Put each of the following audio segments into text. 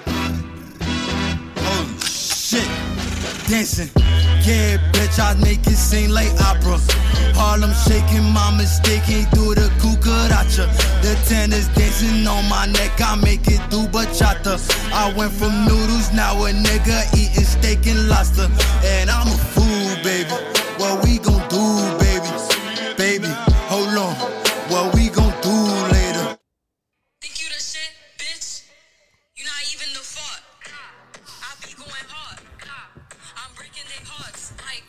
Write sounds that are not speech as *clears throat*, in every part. Oh, shit. Dancing. Yeah, bitch, I make it seem like opera. Harlem shaking, my mistake ain't through the cucaracha. The tennis dancing on my neck, I make it do bachata. I went from noodles, now a nigga eating steak and lobster. And I'm a fool, baby. What we gon' do, baby? Baby, hold on. What we gon' do later? Think you the shit, bitch? You not even the fuck. I be going hard. I'm breaking their hearts. Like,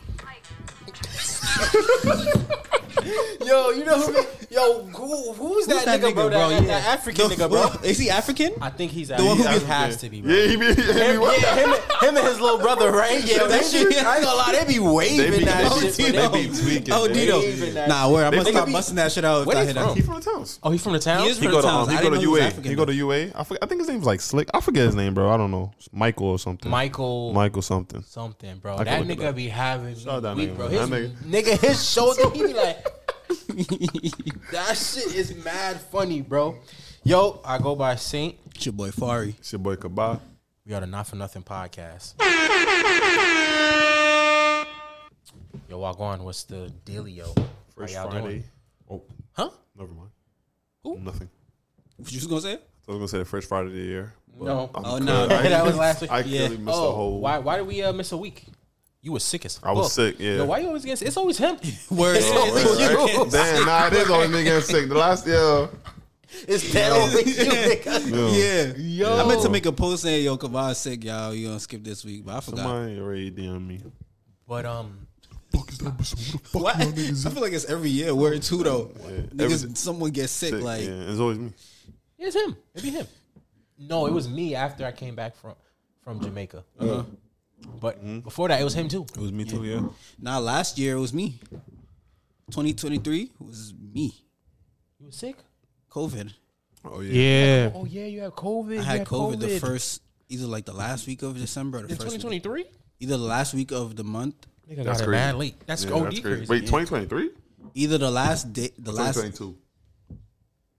Yo, you know who? Yo, who, who's, that, nigga, bro? That, that African nigga, bro. Is he African? I think he's one who African. gets- He has to be, bro. Yeah, he be, yeah, he Him, was. yeah, him, him and his little brother, *laughs* right? Yeah, that shit. I ain't gonna lie, they be waving They be- that Oh, shit. bro. Tito. They be tweaking, Oh, they tweaking Dito. that Nah, where I'm gonna They stop be- busting that shit out. if Where I they hit him. from? He from the towns. Oh, he from the town. He is He from go the to towns. um, I he go didn't to know was UA. African, He go though. to UA. I, forget, I think his name's like Slick. I forget his name, bro. I don't know. Michael or something. Michael. Michael something. Something, bro. I that can look it nigga up. be having Shout out that weak, nigga, bro. His, man. That nigga, his *laughs* shoulder, he be like, *laughs* that shit is mad funny, bro. Yo, I go by Saint. It's your boy Fari. It's your boy Kabah. We are the Not for Nothing podcast. Yo, Wagwan, what's the dealio? First How y'all Friday. doing? Oh, Huh? never mind. Nothing. What you was gonna say? I was gonna say the first Friday of the year. but No. I'm Oh, good. *laughs* no. I- That was last week. I Yeah. clearly missed the oh, whole. why? Why did we uh, miss a week? You was sick as fuck. I was sick, yeah. Yo, why you always against? It's always him. Word. It's always It's you. always you. Damn, nah, it is only me getting sick. The last year. *laughs* It's that always you, nigga. Yeah. Yo. I meant to make a post saying, yo, Kavah's sick, y'all. You gonna skip this week, but I forgot. Somebody already DM me. But um, What? I feel like it's every year. We're in two though. Niggas, Every- someone gets sick. Sick, like yeah, it's always me. it's him. It'd be him. No, it was me after I came back from from Jamaica. But before that, it was him too. it was me too. Yeah. Nah, last year it was me. Twenty twenty three was me. You was sick. COVID. Oh yeah. Yeah. Oh yeah, you had COVID. I had COVID, the first, either like the last week of December, or the first, twenty week- twenty three. either the last week of the month, Nigga got That's it crazy. mad late. That's Yeah, OD that's crazy. crazy. Wait, 2023? either the last day, the last 2022.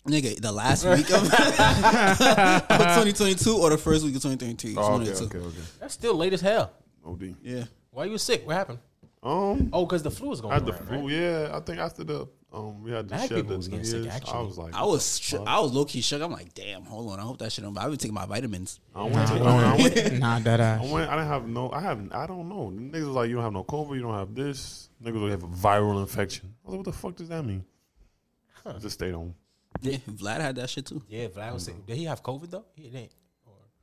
nigga, the last week of, *laughs* *laughs* twenty twenty two, or the first week of twenty twenty two. Oh, okay, okay, okay. That's still late as hell. OD. Yeah. Why you was sick? What happened? Um, Oh, because the flu was going I had the around, flu. right? Yeah, I think after the um, we had the Mad shit people that was New getting sick, Year's, I actually. was like, I was, sh- I was low key shook. I'm like, damn, hold on. I hope that shit don't. I would taking my vitamins. I went to, I went, *laughs* Nah, that uh, I ass. went, I didn't have no, I have, I don't know. Niggas was like, you don't have no COVID, you don't have this. Niggas like, you have a viral infection. I was like, what the fuck does that mean? I Just stayed home. Yeah, Vlad had that shit too. Yeah, Vlad was sick. Did he have COVID though? He didn't.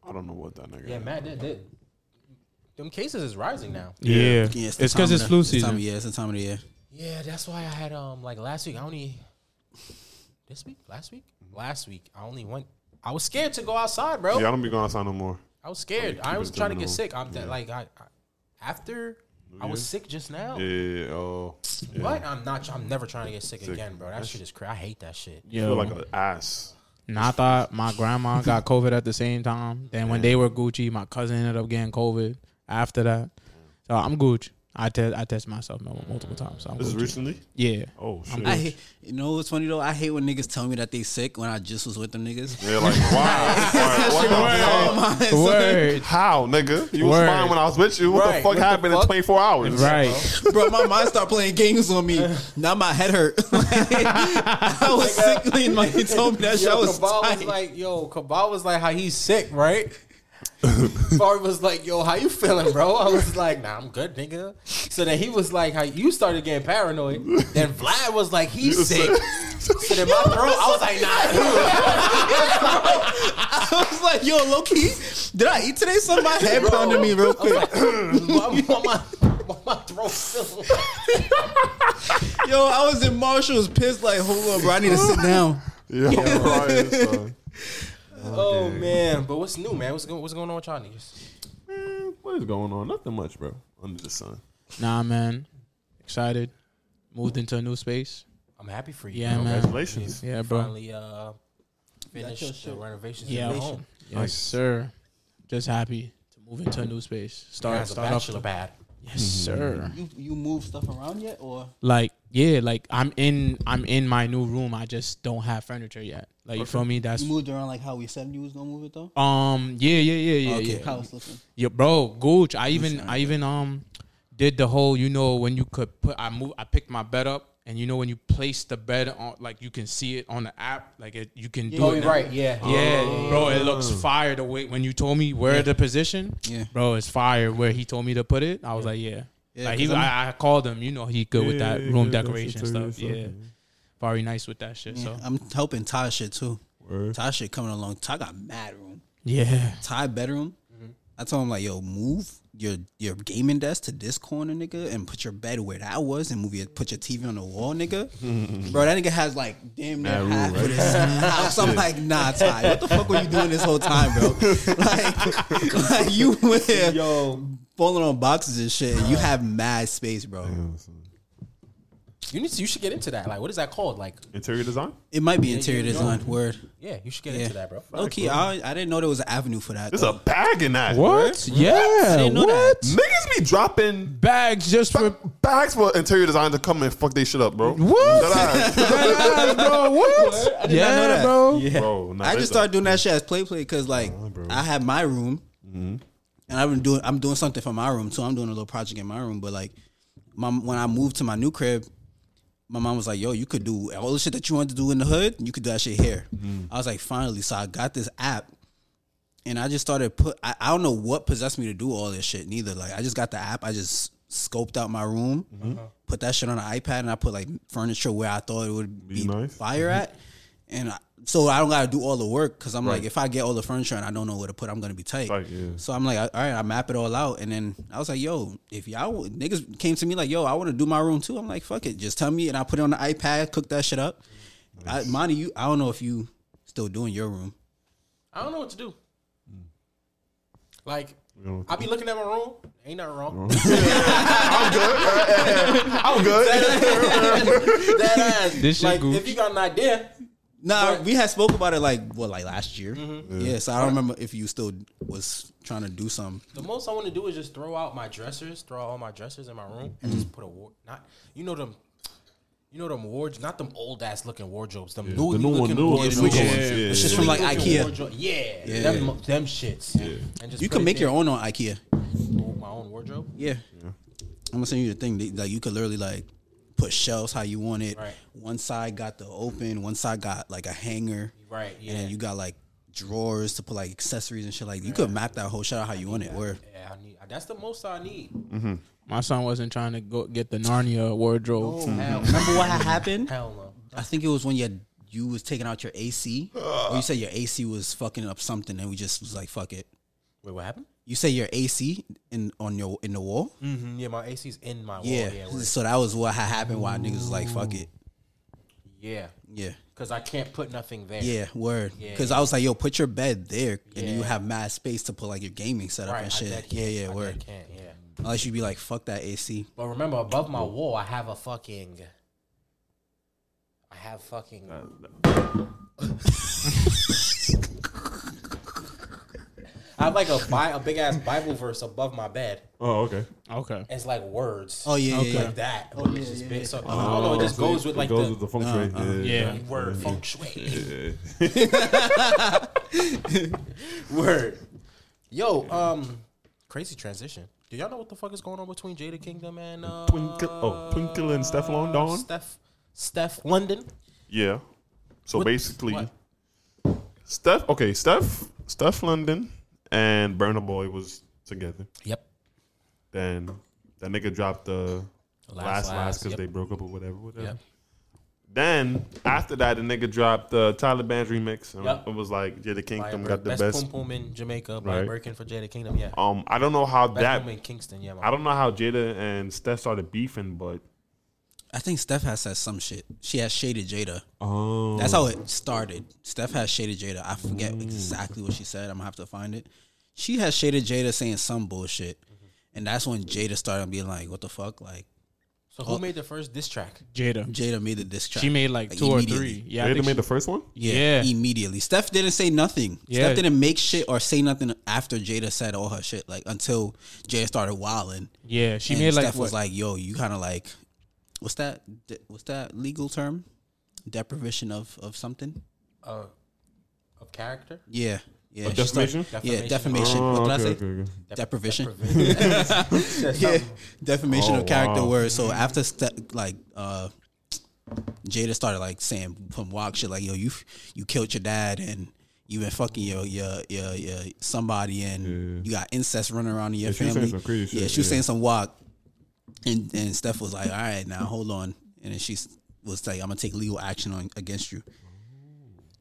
I don't know what that nigga. Yeah, had. Matt did. did. Them cases is rising now. Yeah. Yeah, the It's time because of it's the- flu it's the Time of season. year, it's the time of the year. Yeah, that's why I had um like last week. I only this week, last week, last week. I only went. I was scared to go outside, bro. Yeah, I don't be going outside no more. I was scared. I keep was it trying to get general. sick. I'm th- like I, I after I was sick just now. Yeah, yeah, yeah, oh, yeah. But I'm not. tr- I'm never trying to get sick, again, bro. That shit is crazy. I hate that shit. I Yo. feel like an ass. And I thought my *laughs* grandma got COVID at the same time. Then when they were Gucci, my cousin ended up getting COVID after that. So I'm Gucci. I test I test myself mul- multiple times. So I'm This is Gucci. recently. *laughs* Yeah. Oh shit. I hate, you know what's funny though? I hate when niggas tell me that they sick when I just was with them *laughs* niggas. They're like, *laughs* wow. Alright, what the fuck? *laughs* Word. How, nigga? You was Word. mine when I was with you. What Right, the fuck what the happened fuck? in 24 hours? *laughs* *laughs* Right. Bro, my mind started playing games on me. Now my head hurt. *laughs* I was sick and my he told me that shit. I Yo, was Cabal was tight. like, yo, Cabal was like, how he's sick, *laughs* right? Fari was like, yo, how you feeling, bro? I was like, nah, I'm good, nigga. So then he was like, how you started getting paranoid. Then Vlad was like, he's sick. So then my throat, I was like, nah, *laughs* I was like, yo, low key, did I eat today? Something my head pounded me *laughs* real quick. dude. Why- why *clears throat* my, why my throat feeling? *laughs* Yo, I was in Marshall's pissed like, hold on, bro, I need to sit down. Yeah, I'm crying, son. Oh, man. But what's new, man? What's, go- what's going on with y'all niggas? Man, what is going on? Nothing much, bro. Under the sun. Nah, man. Excited. Moved into a new space. I'm happy for you. Yeah, bro. man. Congratulations. Yeah, bro. Finally uh, finished the renovations Yeah. in the home. Yes, sir. Just happy to move into a new space. Start As a start off bachelor pad. Yes, sir. You you move stuff around yet, or Like yeah, like I'm in I'm in my new room. I just don't have furniture yet. Like you feel me? That's you moved around like how we said you was gonna move it though? um yeah yeah yeah yeah yeah. house looking. Yo, bro, Gooch. I even I even um did the whole you know when you could put I move I picked my bed up and you know when you place the bed on like you can see it on the app like it you can do Oh, it you're now. right. Yeah. Yeah, bro, Oh. it looks fire the way when you told me where the position. Yeah. bro, it's fire where he told me to put it. I was like, yeah, Yeah, like 'cause he, I'm- I, I called him. You know, he good with Yeah, that yeah, yeah, room yeah, that's decoration what I'm stuff. saying, Yeah, very nice with that shit. So I'm helping Ty shit too. Ty shit coming along. Ty got mad room. yeah, Ty bedroom. I told him like, yo, move your your gaming desk to this corner, nigga, and put your bed where that was, and move your put your TV on the wall, nigga. Bro, that nigga has like damn near Mad half room, of right? this *laughs* house. I'm like, nah, Ty, what the fuck were you doing this whole time, *laughs* bro? like, like you were Yo, falling on boxes and shit. and You have mad space, bro. Oh, you need to, you should get into that. Like, what is that called? Like, Interior design. It might be interior you design. Word. yeah, you should get Yeah. into that, bro. Okay, I, I didn't know there was an avenue for that. There's though. a bag in that. what? Yeah, I didn't know what? Niggas be dropping Bags just for bags for interior design to come and fuck they shit up, bro. What? *laughs* Dead ass. bags, bro. *laughs* What? yeah, know that. bro. bro, nah, I there's just a- started doing that shit as play play because like I have my room, and I've been doing I'm doing something for my room too. I'm doing a little project in my room, but like, my when I moved to my new crib, my mom was like, "Yo, you could do all the shit that you wanted to do in the hood. You could do that shit here." I was like, "Finally!" So I got this app, and I just started put. I, I don't know what possessed me to do all this shit. Neither. Like I just got the app. I just scoped out my room, put that shit on an iPad, and I put like furniture where I thought it would be, nice. fire at. And I, so I don't gotta do all the work because I'm like, if I get all the furniture and I don't know where to put, I'm gonna be tight. Tight, yeah. So I'm like, all right, I map it all out, and then I was like, yo, if y'all niggas came to me like, yo, I want to do my room too. I'm like, fuck it, just tell me, and I put it on the iPad, cook that shit up. I, Monty, you, I don't know if you still doing your room. I don't know what to *laughs* do. Like, know what I be looking at my room. Ain't nothing wrong. I'm good. That ass. This shit like, Gucci. if you got an idea, Nah, But- Mm-hmm. we had spoke about it like what, like last year. Yeah. so I don't remember if you still was trying to do something. the most I want to do is just throw out my dressers, throw out all my dressers in my room, and Mm. just put a ward. Not you know them, you know them wards, not them old ass looking wardrobes. Them newly The new one, looking new one, wardrobes. the new Yeah. one. Yeah. It's just from like Newly looking IKEA. wardrobe- Yeah, them them shits. And just You put can it make your in own on IKEA. my own wardrobe. Yeah. I'm gonna send you the thing. that- Like you could literally like put shelves how you want it. Right. One side got the open, one side got like a hanger. Right, And yeah. then you got like drawers to put like accessories and shit. Like you could map that whole shit out how you want it. Where Yeah, I need. That's the most I need. My son wasn't trying to go get the Narnia Oh, wardrobe. Hell, remember what had happened? hell no. I think it was when you had, you was taking out your AC. Or you said your AC was fucking up something, and we just was like, fuck it. Wait, what happened? You say your AC in on your in the wall. Mm, Yeah, my AC's in my wall. Yeah. Mm-hmm. Oh, Yeah, yeah. so that was what had happened. Why niggas was like, fuck it. Yeah. Because I can't put nothing there. Yeah, word. Yeah, Because I was like, yo, put your bed there, and then you Yeah. have mad space to put like your gaming setup Right. and I shit. dead Yeah, can't. yeah, I word. dead can't. Yeah. Unless you be like, fuck that AC. But remember, above my wall, I have a fucking. I have fucking. *laughs* I have like a bi- a big ass Bible verse above my bed. Oh, okay. Okay. It's like words. Oh yeah, yeah, yeah. Like that. Oh, it's just big. So, I don't know. It just goes with Oh, It like goes the, with the feng shui. Yeah. word feng *laughs* shui. *laughs* word. Yo, um, crazy transition. Do y'all know what the fuck is going on between Jada Kingdom and uh, Twinkle, oh, Twinkle and Steph London. Steph Steph London? Yeah. So What- basically, what? Steph. Okay, Steph. Steph London and Burna Boy was together. Yep. Then that nigga dropped the Last last last Last, because yep. they broke up or whatever. Whatever. Yep. Then after that, the nigga dropped the Tyler Bands remix. And Yep. It was like Jada By Kingdom Bur- got the best, best. Boom Boom in Jamaica by Right. Birkin for Jada Kingdom. Yeah. Um, I don't know how Best that. Boom in Kingston. Yeah. I Man. don't know how Jada and Steph started beefing, but I think Steph has said some shit. She has shaded Jada. oh, That's how it started. Steph has shaded Jada. I forget exactly what she said. I'm gonna have to find it. She has shaded Jada saying some bullshit, and that's when Jada started being like, "What the fuck?" Like, So who made the first diss track? Jada. Jada made the diss track. She made like two or immediately. three. Yeah, I Jada think made the first one. Yeah, Yeah. immediately. Steph didn't say nothing. Yeah. Steph didn't make shit or say nothing after Jada said all her shit. Like until Jada started wilding. she- yeah, she and made like Steph was what? like, "Yo, you kind of like, what's that? de- What's that legal term? Deprivation of of something? Uh, of character? Yeah, yeah. she defamation? started- yeah, defamation. Oh, what did I okay, say? okay, okay. Deprivation. Said *laughs* yeah, something. defamation Oh, of character wow. words. So after Ste- like uh, Jada started like saying some walk shit like, "Yo, you you killed your dad and." You been fucking your your your, your somebody and you got incest running around in your Yeah, she was saying family. some crazy yeah, shit, she was yeah. saying some walk, and and Steph was like, "All right, now hold on," and then she s- was like, "I'm gonna take legal action on against you."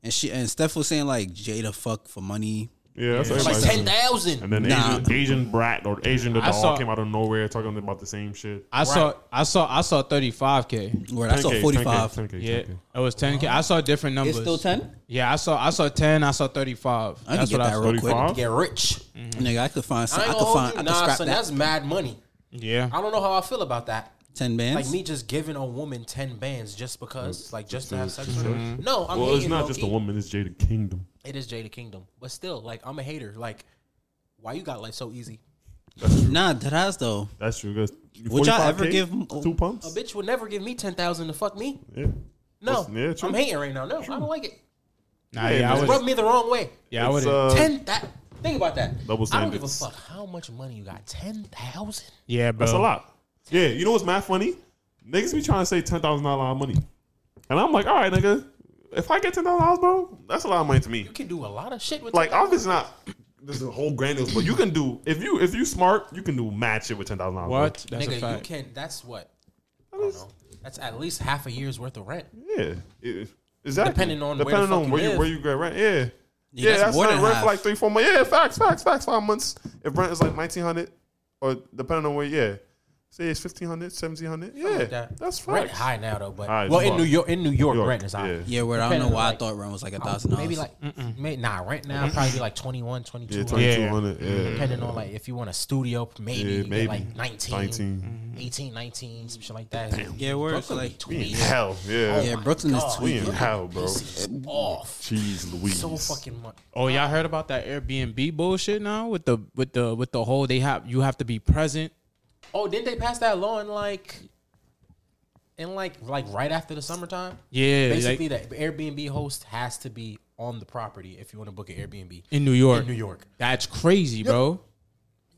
And she and Steph was saying like Jada fuck for money. Yeah, that's what Like everybody ten said. thousand. And then Nah. Asian, Asian brat or Asian the I dog saw- came out of nowhere talking about the same shit. I saw, I saw, I saw thirty five k. Word, I saw 10K, 45. 10K, 10K, Yeah, 10K. it was ten k. I saw different numbers. It's still ten. Yeah, I saw, I saw ten. I saw thirty five. I can That's get what I that saw. real quick. 45? Get rich. Mm. Nigga, I could find. Some, I I, ain't could gonna hold find. you. I could Nah, scrap son, that. that's mad money. Yeah, I don't know how I feel about that. Ten Like bands. me just giving a woman ten bands just because, like just to have sex with her. No, I'm Mm. Mm-hmm. Well, it's hating, not low-key. just a woman; it's Jada Kingdom. It is Jada Kingdom, but still, like I'm a hater. Like, why you got life so easy? Nah, that has though. That's true. Guys. Would y'all ever 45K? give 'em- two A pumps? bitch would never give me ten thousand to fuck me. Yeah. No, That's- yeah, true. I'm hating right now. No, I don't like it. nah, Yeah, yeah, I man. would, Rub me the wrong way. yeah, I It's, would. uh, ten that. Think about that. Double I don't give a standards. fuck how much money you got. Ten thousand. yeah, bro. That's a lot. Yeah, you know what's mad funny? Niggas be trying to say ten thousand dollar money, and I'm like, all right, nigga, if I get ten thousand dollars, bro, that's a lot of money to me. You can do a lot of shit with. Like, $10,000. obviously not this is a whole grandiose, but you can do if you if you smart, you can do mad shit with ten thousand dollars. What? That's a nigga, you fact. can. That's what. I don't know. That's at least half a year's worth of rent. Yeah. It- Exactly. Depending on where the depending fuck on you where you live. where you get rent, yeah, yeah, that's that's, more not than rent half. for like three, four months. Yeah, facts, facts, facts. Five months. If rent is like nineteen hundred, or depending on where, yeah, say it's 1500 1700 Yeah, Like that. that's Rent facts. high now though, but High as well in fuck. New York, in New York, York, rent is high. yeah. Yeah, word. I don't know Depending why I like- thought rent was like a I thousand would- Maybe dollars. like may, nah, rent now probably like 21, 22. Yeah, like, twenty two hundred. Yeah, Depending on like if you want a studio, maybe, Yeah, you get, maybe. like 19, 19. 18, some shit like that. Yeah, word. It's Brooklyn be like- We in 20. hell, Oh, yeah. yeah, Brooklyn is we tweaking. in hell, bro. off. Jeez, Louise. So fucking much. Oh, y'all heard about that Airbnb bullshit now with the with the with the whole they have you have to be present. Oh, didn't they pass that law in like in like like right after the summertime? Yeah, Basically like, the Airbnb host has to be on the property if you want to book an Airbnb. in New York. in New York. That's crazy, bro.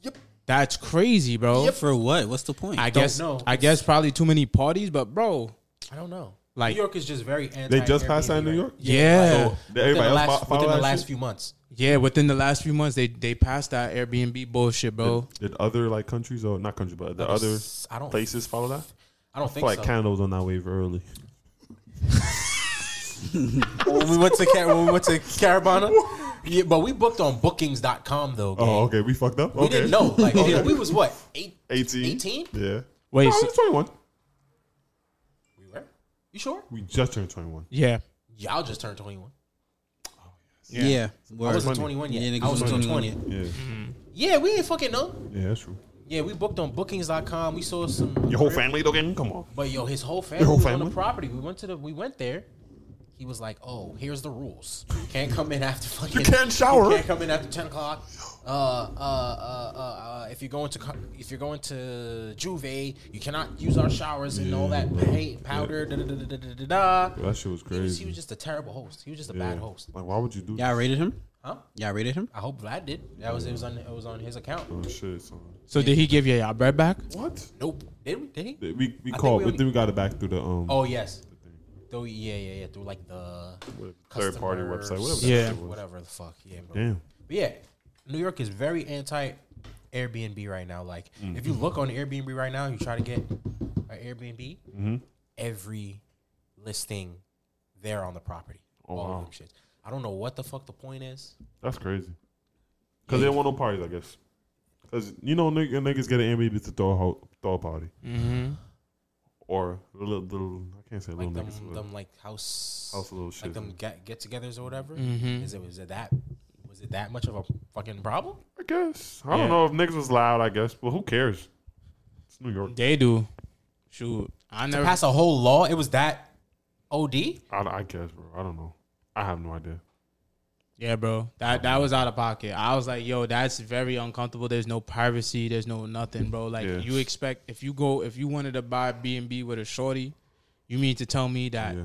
Yep. That's crazy, bro. For what? What's the point? I I, Don't guess know. I guess probably too many parties, but bro, I don't know. Like- New York is just very anti. They just passed that in New York. yeah, So Did everybody within the else last, fo- follow within the that last shit? few months, yeah. Within the last few months, they they passed that Airbnb bullshit, bro. Did other like countries or not countries, but the other s- I don't- places follow that? I don't think like so. Canada was on that wave early. when we went to Car- when we went to Carabana, *laughs* yeah, but we booked on Bookings.com though. gang. Oh, okay, we fucked up. We okay. didn't know. Like *laughs* oh, Okay. we was what eight? 18. 18? Yeah. Oh, Wait, No, so- I was 21. We were. You sure? We just turned 21. Yeah, Y'all just turned twenty one. Oh, yeah, I word. wasn't twenty one yet. Yeah, niggas I was wasn't twenty. 21 20. yet. Yeah. Mm-hmm. Yeah, we ain't fucking know. Yeah, that's true. Yeah, we booked on Bookings.com. We saw some. Your whole family though getting? Come on. But yo, his whole family whole was on family? the property. We went to the we went there. He was like, "Oh, here's the rules. You can't come in after fucking. You can't shower. You can't come in after ten o'clock. Uh, uh, uh, uh, uh, if you're going to co- if you're going to Juve, you cannot use our showers and all that paint powder. Da, da, da, da, da, da, da. da. That shit was He, was, crazy. he was just a terrible host. He was just a Yeah. bad host. Like, why would you do Y'all rated him. Huh? Y'all rated him. I hope Vlad did. That was it was on it was on his account. that? Oh, shit, son. So did he give you y'all bread back? What? Nope. Did we? Did he? We, we think called, we but only- then we got it back through the um Oh yes. Though yeah yeah yeah through like the third party customer website, whatever. that Yeah. shit was. whatever the fuck. Yeah, bro. Damn. But yeah, New York is very anti Airbnb right now. Like, Mm-hmm. if you look on Airbnb right now, you try to get an Airbnb, Mm-hmm. every listing there on the property. Oh, all wow. of them shits. I don't know what the fuck the point is. That's crazy. Cause they don't want no parties, I guess. Cause you know nigg- niggas get an Airbnb to throw a, ho- throw a party. Mm-hmm. Or little, little I can't say Like little them, niggas. but- them like house, House little shits. like them get get-togethers or whatever. Is it was it that was it that much of a fucking problem? I guess I don't know if niggas was loud. I guess, but who cares? It's New York. They do. Shoot, I never. Pass a whole law. It was that OD. I, I guess, bro. I don't know. I have no idea. Yeah, bro. That that was out of pocket. I was like, yo, that's very uncomfortable. There's no privacy. There's no nothing, bro. Like Yeah. you expect if you go if you wanted to buy B and B with a shorty, you mean to tell me that Yeah.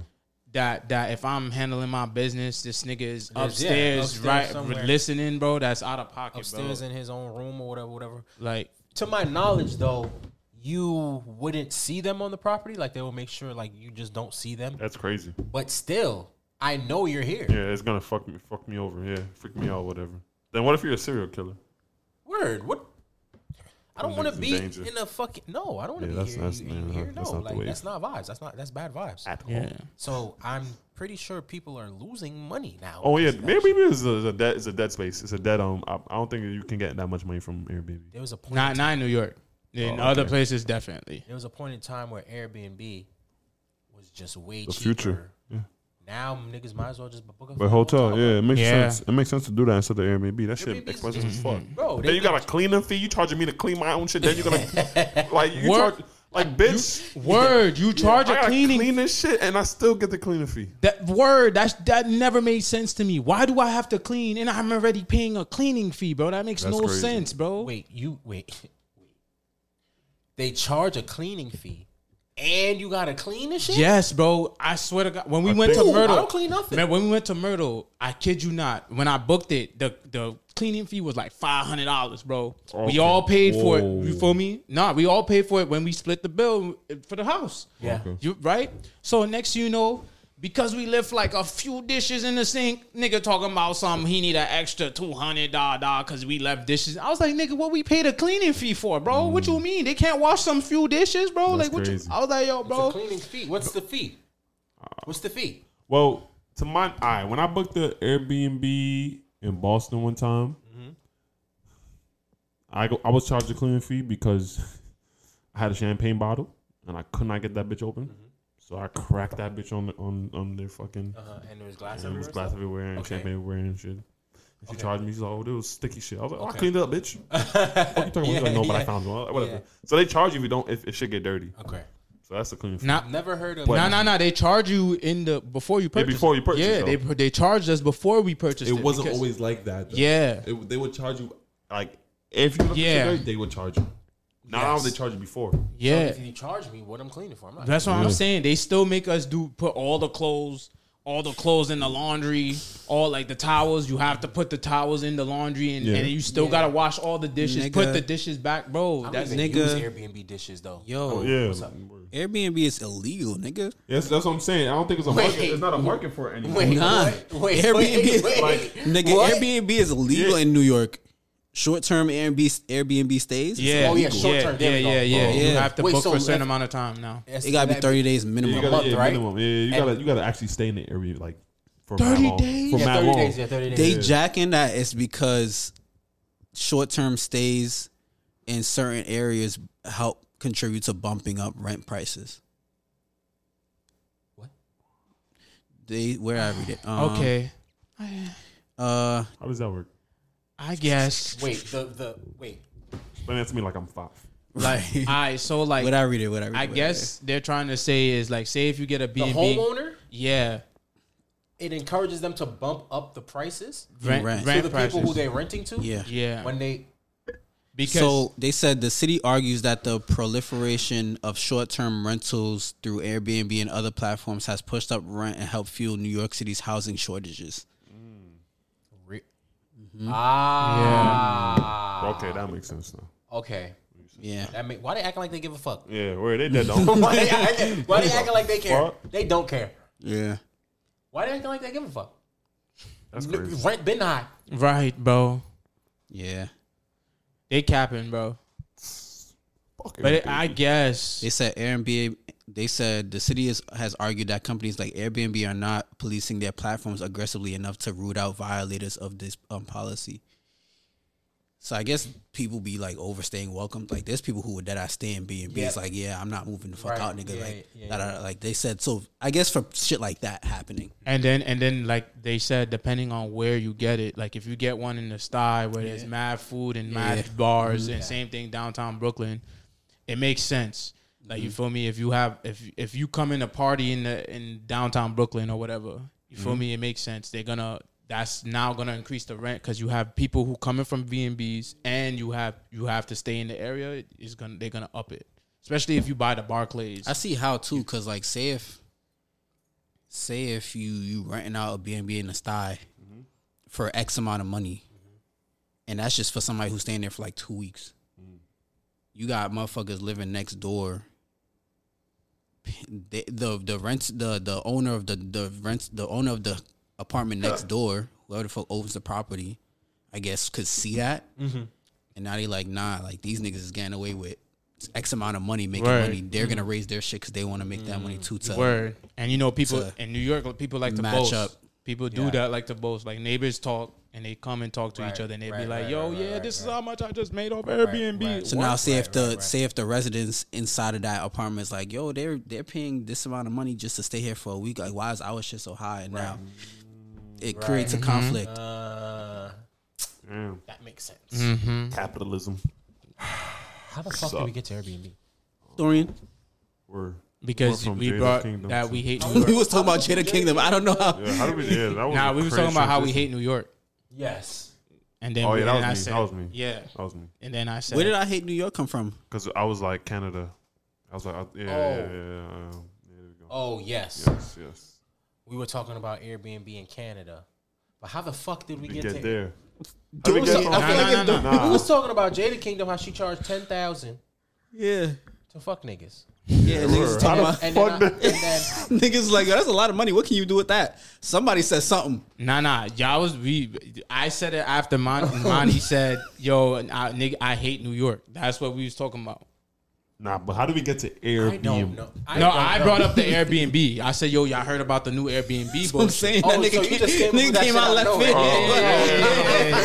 that that if I'm handling my business, this nigga is yeah, upstairs, upstairs right somewhere. listening, bro. That's out of pocket, upstairs bro. in his own room or whatever, whatever. Like To my knowledge, though, you wouldn't see them on the property. Like they will make sure, like you just don't see them. That's crazy. But still, I know you're here. Yeah, it's gonna fuck me, fuck me over. Yeah, freak me out, whatever. Then what if you're a serial killer? Word. What? I don't Those want to niggas in be danger. in a fucking no. I don't want Yeah, to be that's- here. that's- you, you man, here? No, that's not the like way. that's not vibes. That's not that's bad vibes. yeah. So I'm pretty sure people are losing money now. Oh yeah, Because that maybe it's a, it's a dead it's a dead space. It's a dead um. I, I don't think you can get that much money from Airbnb. There was a point. Not not in New York. In Oh, other okay. places, definitely. there was a point in time where Airbnb was just way The cheaper. future. Yeah. Now niggas might as well just book a But hotel, yeah, it makes Yeah. sense. It makes sense to do that instead of Airbnb. That shit Airbnb's expensive as fuck. Bro, Then they you got a cleaning fee. You charging me to clean my own shit. Then *laughs* you're gonna like you Work. charge like bitch. Word, you charge I a gotta cleaning clean this shit, and I still get the cleaning fee. That word, that's that never made sense to me. Why do I have to clean and I'm already paying a cleaning fee, bro? That makes That's no crazy. sense, bro. Wait, you wait. *laughs* They charge a cleaning fee, and you gotta clean the shit. Yes, bro. I swear to God. When we went think- to Ooh, I Myrtle, don't clean nothing. Man, when we went to Myrtle, I kid you not. When I booked it, the the cleaning fee was like five hundred dollars, bro. Okay. We all paid for Whoa. it. You feel me? Nah, we all paid for it when we split the bill for the house. Yeah. Okay. You right? So next you know. Because we left like a few dishes in the sink, nigga talking about something. He need an extra two hundred dollar because we left dishes. I was like, nigga, what we paid a cleaning fee for, bro? What you mean they can't wash some few dishes, bro? Mm-hmm. That's like what? You, crazy. I was like, yo, It's a bro, cleaning fee. What's the fee? What's the fee? Well, to my eye, when I booked the Airbnb in Boston one time, I go, I was charged a cleaning fee because *laughs* I had a champagne bottle and I could not get that bitch open, so I cracked that bitch on the, on on their fucking Uh, and there was glass and there was everywhere, glass so- everywhere and Okay. champagne everywhere and shit. And she charged me. She's like, "Oh, there was sticky shit." I was like, oh, "I Okay. cleaned it up, *laughs* bitch." what you talking about? She's like, no, but I yeah. found one. Whatever. Yeah. So they charge you if you don't if it should get dirty. Okay. So that's the cleaning fee. not Never heard of. No, no, no. They charge you in the before you purchase. before you purchase, Yeah, they though. they charged us before we purchased. it wasn't because- always like that. though. Yeah. It- they would charge you like if you look Yeah. yeah. they would charge you. Now Yes. they charge you before. Yeah, If you charge me, what I'm cleaning for? I'm not. that's what I'm saying. They still make us do put all the clothes, all the clothes in the laundry, all like the towels. You have to put the towels in the laundry, and, Yeah. and you still gotta wash all the dishes, Nigga. put the dishes back, bro. I don't That's even nigga- use Airbnb dishes though. Yo, yeah, Airbnb is illegal, nigga. yes, that's what I'm saying. I don't think it's a Wait. market. It's not a market for it anymore. Wait, Nah, what? wait, Airbnb, wait, wait. Like- nigga, What? Airbnb is illegal Yeah. in New York. Short term Airbnb Airbnb stays, yeah, Oh, yeah, short term, yeah, there we go. yeah, yeah. Oh, You yeah. have to Wait, book so for a certain if- amount of time now. it gotta be thirty days minimum. You A gotta, month, yeah, right? minimum. Yeah, you gotta And- you gotta actually stay in the area like for 30 mad long. days? For Yeah, mad 30 long. days. Yeah, 30 days. They jacking that is because short term stays in certain areas help contribute to bumping up rent prices. What? They where I read it. Um, Okay, Uh, How does that work? I guess. wait, the the wait. Don't answer me like I'm five. *laughs* like All right, so like what I read it. What I read. I what guess they're trying to say is like, say if you get a B The and B, homeowner yeah, it encourages them to bump up the prices rent, rent. to rent, the prices. people who they're renting to. Yeah. yeah, When they because So they said the city argues that the proliferation of short-term rentals through Airbnb and other platforms has pushed up rent and helped fuel New York City's housing shortages. ah okay, that makes sense now. okay. Yeah. That make, why they acting like they give a fuck? Yeah, where they dead don't. *laughs* Why they acting, why they acting like they care? Fuck. They don't care. Yeah. Why they acting like they give a fuck? That's N- crazy. Rent been high. right, bro, Yeah. they capping, bro. But it, I guess They said Airbnb. They said the city is, has argued that companies like Airbnb are not policing their platforms aggressively enough to root out violators of this um, policy. So I guess people be like overstaying welcome. Like there's people who would that I stay in B and B. It's Yeah. like yeah, I'm not moving the fuck Right. out, nigga. Yeah, like yeah, da, da, da. like they said. So I guess for shit like that happening, And then and then like they said, depending on where you get it, like if you get one in the sty where there's mad food and mad Yeah. bars and same thing downtown Brooklyn, it makes sense. Like Mm-hmm. you feel me? If you have if if you come in a party in the in downtown Brooklyn or whatever, you Mm-hmm. feel me? It makes sense. They're gonna that's now gonna increase the rent because you have people who coming from V and B's and you have you have to stay in the area. Is gonna they're gonna up it, especially if you buy the Barclays. I see how too, cause like say if say if you you renting out a BNB in the sty for X amount of money, and that's just for somebody who's staying there for like two weeks. You got motherfuckers living next door. The the, the rents the the owner of the the rents the owner of the apartment next door, whoever the fuck owns the property, I guess could see that, and now they like nah, like these niggas is getting away with. X amount of money making Right. money, they're gonna raise their shit because they want to make that money too. To Word. And you know, people to in New York, people like to match boast. up. People do that, like to boast. Like neighbors talk and they come and talk to each other, and they be right, like, right, "Yo, right, yeah, right, this is right. how much I just made off Airbnb." right. So now, say if the say if the residents inside of that apartment is like, yo, they're they're paying this amount of money just to stay here for a week. Like, why is our shit so high? And now it creates a conflict. Uh, Damn. that makes sense. Capitalism. How the fuck did we get to Airbnb? Dorian, We're Because we're from we Jada's brought kingdom, that so- *laughs* we hate New *laughs* we York. was talking about Jada Kingdom. I don't know how. Yeah, how do we? Yeah, that was. nah, a we was crazy talking about how we transition. hate New York, Yes. and then Oh we- yeah, that and was I me. said, that was me. yeah, that was me. and then I said, Where did I hate New York come from? Because I was like Canada. I was like, I, yeah, Oh. yeah, yeah, yeah, um, yeah. There we go. Oh yes. Yes, yes. We were talking about Airbnb in Canada, but how the fuck did we, We get, get, to? there. There we was get a- from- I feel Nah, like nah, if nah, the- nah. we was talking about Jada Kingdom, how she charged ten thousand Yeah, to fuck niggas. yeah. Niggas was talking about And then, I, and then *laughs* niggas like, yo, that's a lot of money. What can you do with that? Somebody said something. Nah, nah, y'all was we. I said it after Mon- Monty said, "Yo, I, nigga, I hate New York." That's what we was talking about. Nah, but how do we get to *laughs* I don't Airbnb? know. no, don't I know. brought up the Airbnb. I said, "Yo, y'all heard about the new Airbnb?" I'm bullshit. saying Oh, that so nigga, you came, just came up with nigga that came shit out out of left field. Oh, nowhere. Oh, *laughs*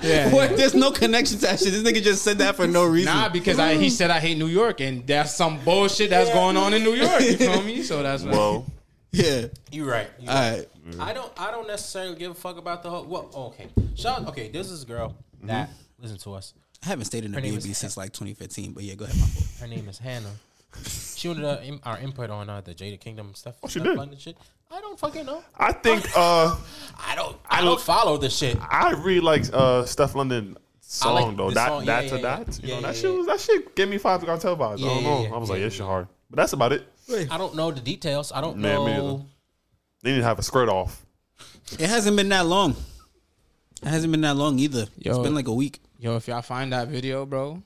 Yeah. What? There's no connection to that shit. This nigga just said that for no reason. Nah, because I, he said I hate New York, and that's some bullshit that's going on in New York. You feel me? So that's what. Well, yeah. You right. You All right. I don't. I don't necessarily give a fuck about the whole. Well, okay. Sean. Okay, this is a girl that *laughs* listen to us. I haven't stayed in a Her name B&B is- since like 2015, but yeah, go ahead. My boy. Her name is Hannah. She wanted our, in- our input on uh, the Jada Kingdom stuff. Oh, she stuff did. and shit. I don't fucking know. *laughs* I think uh, I don't. I don't follow this shit. I really like uh, Steph London song I like though. the That song, that yeah, to yeah, that, yeah. Yeah, you know that yeah, shit was that shit gave me five got tell vibes. Yeah, I yeah, don't know. yeah, I was yeah, like, yeah, yeah. shit hard, but that's about it. I don't know the details. I don't Man, me know. neither. They need to have a skirt off. It hasn't been that long. It hasn't been that long either. It's Yo. been like a week. Yo, if y'all find that video, bro.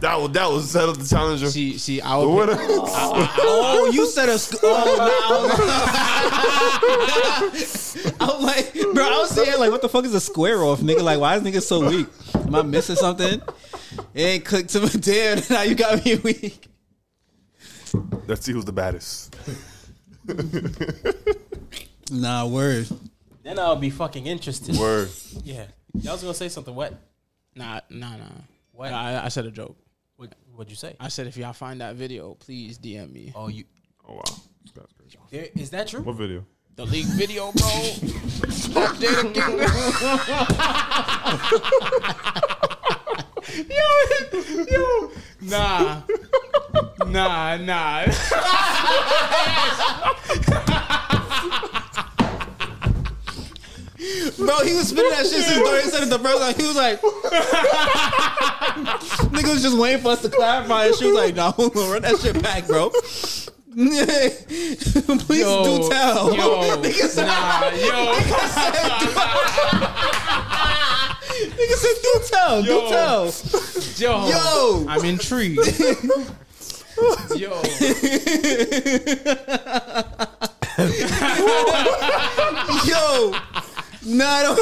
That was that was set up the challenger. See, see, I would. The *laughs* winner. Oh, you said a sc- oh, no. *laughs* I'm like, bro, I was saying like, what the fuck is a square off, nigga? Like, why is nigga so weak? Am I missing something? It ain't clicked to my damn. *laughs* Now you got me weak. *laughs* Let's see who's the baddest. Nah, word. Then I'll be fucking interested. Word. Yeah. Y'all was gonna say something. What? Nah, nah, nah. What? Nah, I, I said a joke. What? What'd you say? I said if y'all find that video, please DM me. oh, you. Oh wow. That's crazy. There, is that true? What video? The leak video, bro. *laughs* Of Jada Kingdom. *laughs* yo, yo, nah, nah, *laughs* nah. Bro, he was spitting that shit since Dorian said it the first time. He was like, *laughs* nigga was just waiting for us to clarify, and she was like, "No, we're gonna run that shit back, bro." *laughs* Please do tell. Yo, *laughs* *laughs* nigga said, nah, *laughs* yo, nigga said, "Do tell, Yo. do tell." *laughs* yo, Yo. I'm intrigued. *laughs* yo, Yo, no, I don't.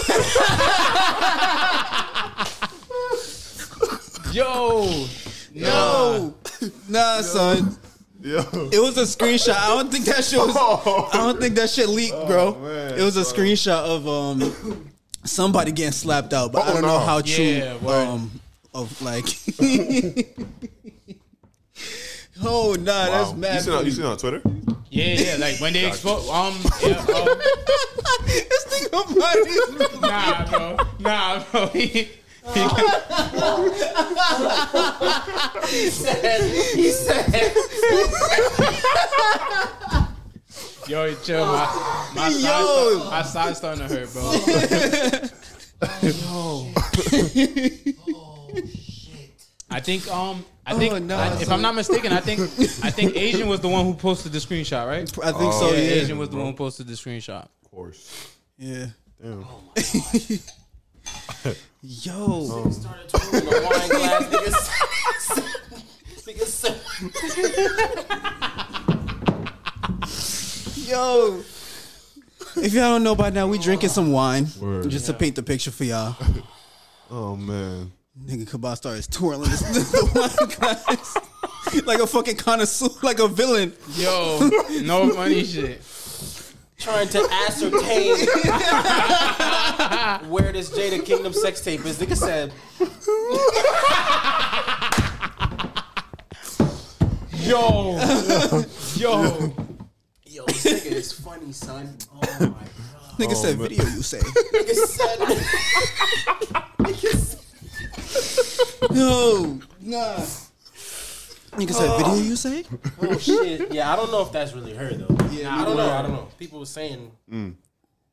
yo, Yo, *laughs* nah, son. Yo. It was a screenshot. I don't think that shit was. I don't think that shit leaked, Oh, bro. man, it was a son. screenshot of um somebody getting slapped out, but I Oh, don't no. know how true. Yeah, word. um, of like. *laughs* oh nah, that's You mad. seen, that, funny. you seen that on Twitter? Yeah, yeah. Like when they expose, um, yeah, um, *laughs* *laughs* nah, bro, nah, bro. *laughs* He, He said, yo, chill. My, my side, Yo. my side starting to hurt, bro. I think, um, I think, Oh, no, I- if I'm not mistaken, I think, I think Asian was the one who posted the screenshot, right? I think so. Oh, Yeah, Yeah, Asian was the one who posted the screenshot. Of course. yeah. Damn. Yo, the wine glass, nigga. said- Nigga *laughs* said, yo. If y'all don't know by now, we drinking some wine Word. just to paint the picture for y'all. Oh man. Nigga Kabah starts twirling this, *laughs* the wine glass like a fucking connoisseur, like a villain. Yo, no funny shit. trying to *laughs* ascertain where this Jada Kingdom sex tape is. Nigga said, Yo, yo, yo, this nigga is funny, son. Oh my god. Nigga said, man. "Video, you say." Nigga said, *laughs* No, nah. Nigga said, "Video, you say." oh shit. Yeah, I don't know if that's really her though. Yeah, Nah, I don't know. I don't know. People were saying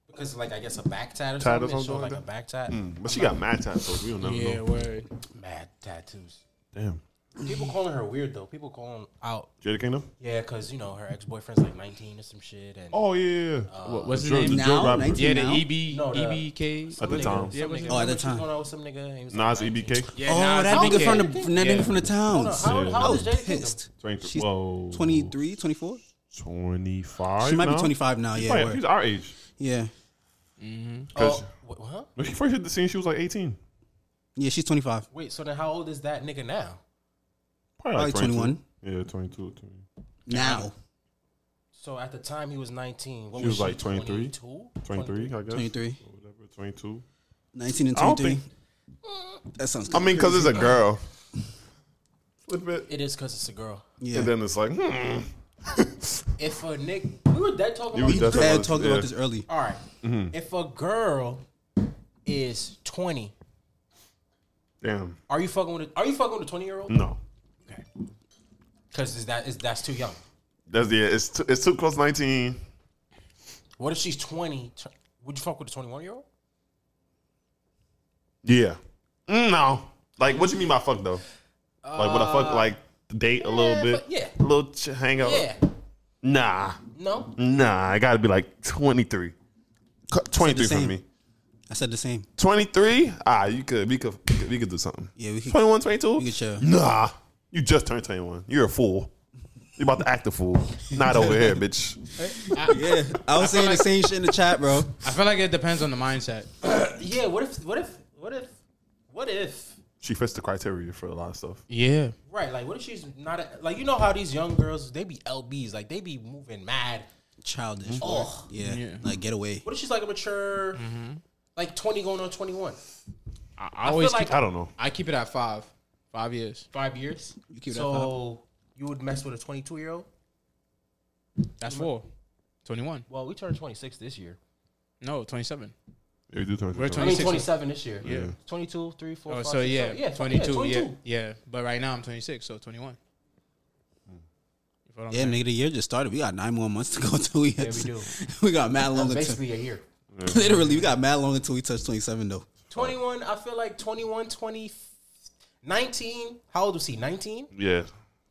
because like I guess a back tat or Mm. Tat or something. It showed, like something like a that? Mm. back tat. But she got mad time, so we don't never yeah, know. word. Mad tattoos. Damn. People calling her weird though. People calling out. Jada Kingdom? Yeah, because you know her ex boyfriend's like 19 or some shit, and Oh yeah, yeah. yeah. Uh, what's his Drug- name? the drug Now? robber. 19? Yeah, the E Now? EB, No, the- EBK. At the time. Yeah, what's his Oh, Remember at the she was time. going out with some nigga. He was Nas E like, EBK. Yeah, Oh, nah, that EBK. nigga from the that Yeah. nigga from the towns. How, Yeah. how I old is was Jada Kingdom? pissed. Twenty- She's Whoa. 23, 24? 25. She might be now? 25 now. She's Yeah, probably- word. Oh, she's our age. yeah, Because Oh, wh- huh? when she first hit the scene, she was like 18. yeah. She's 25. Wait, so then how old is that nigga now? Probably, like Probably 22. Yeah, 22. 20. Now, So at the time he was 19. What She was like 23. 22? 23, I guess. 23, Or Whatever, 22. 19 and I don't 23. think- that sounds. I mean, because it's a girl. Flip it. It is because it's a girl. yeah. And then it's like, hmm. If a nigga, we were dead talking about. You Mm-hmm. were we That's had about- talked yeah. about this early. All right. If a girl is 20, Damn. are you fucking with? A, are you fucking with a 20 year old? No. Okay. Because is that is that's too young? That's yeah. It's too, it's too close. to Nineteen. What if she's 20? T- Would you fuck with a 21 year old? Yeah. Mm, no. Like, what you mean by fuck though? Like, what I fuck? Like, date a little bit. fuck, Uh, yeah. A little ch- hang out. Yeah. Nah. No. Nah. I gotta be like twenty three. Twenty three for same. me. I said the same. 23? Ah, you could. We could. We could, we could do something. Yeah, we could- 21, 22? we could chill. Nah. You just turned 21. You're a fool. You're about to act a fool. Not over *laughs* here, bitch. Yeah, *laughs* I was saying the same shit in the chat, *laughs* bro. I feel like it depends on the mindset. Yeah. What if? What if? What if? What if? She fits the criteria for a lot of stuff. Yeah. Right, like what if she's not a, like you know how these young girls they be lbs like they be moving mad. Childish. Oh. bro. Yeah. like get away. What if she's like a mature, like twenty going on twenty one, I, I always like- keep, I don't know. I keep it at five. Five years. five years? You keep that so you would mess with a twenty two year old? That's four. 21. Well, we turned twenty six this year. No, 27. Yeah, we do turn We're I 21. mean 26. twenty seven this year. Yeah. 22, 3, 4, Oh, five, so six, yeah, seven. yeah, fuck, 22, yeah, 22. yeah, But right now I'm 26, so 21. You feel what I'm Yeah, saying? nigga, the year just started. We got nine more months to go *laughs* until we. we do. we got mad long until. Basically a year. *laughs* Literally, we got mad long until we touch twenty seven though. Twenty one. I feel like 21, 20, 19. How old was he? Nineteen, Yeah.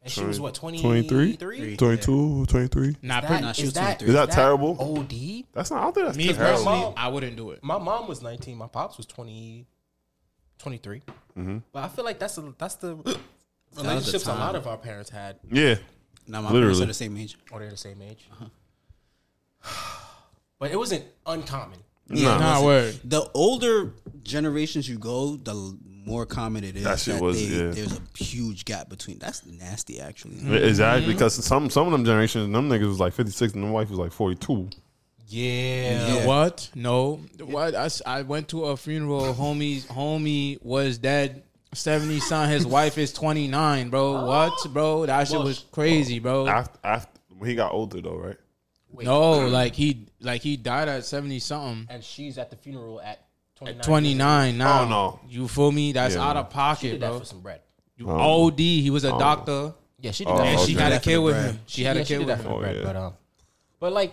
and she was what 23? 23? 22, 23. Nah, That- pretty- Nah, she is was that- 23. Is that terrible? OD. That's not, I don't think that's me terrible. personally, Mom. I wouldn't do it. my mom was 19 my pops was 20 23 but i feel like that's a, that's the relationships a time. lot of our parents had Yeah. Now my parents Literally. are the same age. or they're the same age *sighs* but it wasn't uncommon Nah. Nah, word. The older generations you go, the l- more common it is. That shit was, yeah. Mm. There's a huge gap between. That's nasty, actually. Exactly. Because some some of them generations, them niggas was like 56 and the wife was like 42. yeah, Yeah. What? No. What? I, s- I went to a funeral. Homie's homie was dead. Seventy son. His wife is twenty nine, bro. What, bro? That shit was crazy, bro. After, after, He got older though, right? No, like he like he died at seventy something. and she's at the funeral at 29. At twenty nine now. Oh, no. You feel me? That's Yeah. out of She pocket, did that bro. for some bread. You OD. He was a doctor. Yeah, she did Oh, that. And okay. she had a Definitely kid with bread. him. She had yeah, a kid did with that for him. him. the bread, Oh, yeah. but um, but like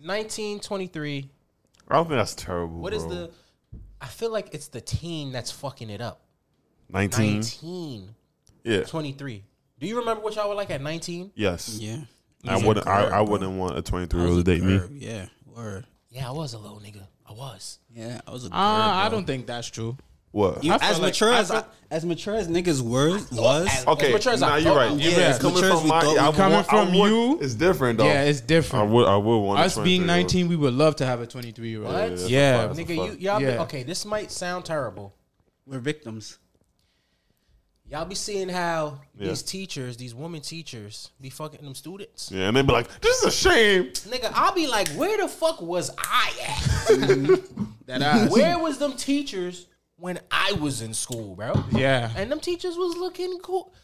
1923. I don't think that's terrible. What What is is the? I feel like it's the teen that's fucking it up. 19? 19, Yeah. 23. Do you remember what y'all were like at 19? Yes. Yeah. I wouldn't. I, I wouldn't want a 23 year old to date me. Curb, Yeah. Or Yeah, I was a little nigga. I was. yeah, I was a Uh, I curb, bro. don't think that's true. What? You, feel as like- mature I as I, as mature as niggas were was. okay. mature as I Nah, thought you're right. we Yeah, were. it's coming Mature as from we my. thought we I were. would- Coming I from would- you? It's different though. Yeah, it's I different. would. I would want a Us being 23-year-old. nineteen, we would love to have a twenty three year What? old. that's Yeah. a fact, that's a Nigga, you fact. y'all be Yeah. okay. This might sound terrible. We're victims. Y'all be seeing how Yeah. these teachers, these women teachers, be fucking them students. Yeah, and they'd be like, "This is a shame." Nigga, I'll be like, where the fuck was I at? That ass. where was them teachers when I was in school, bro? Yeah. And them teachers was looking cool.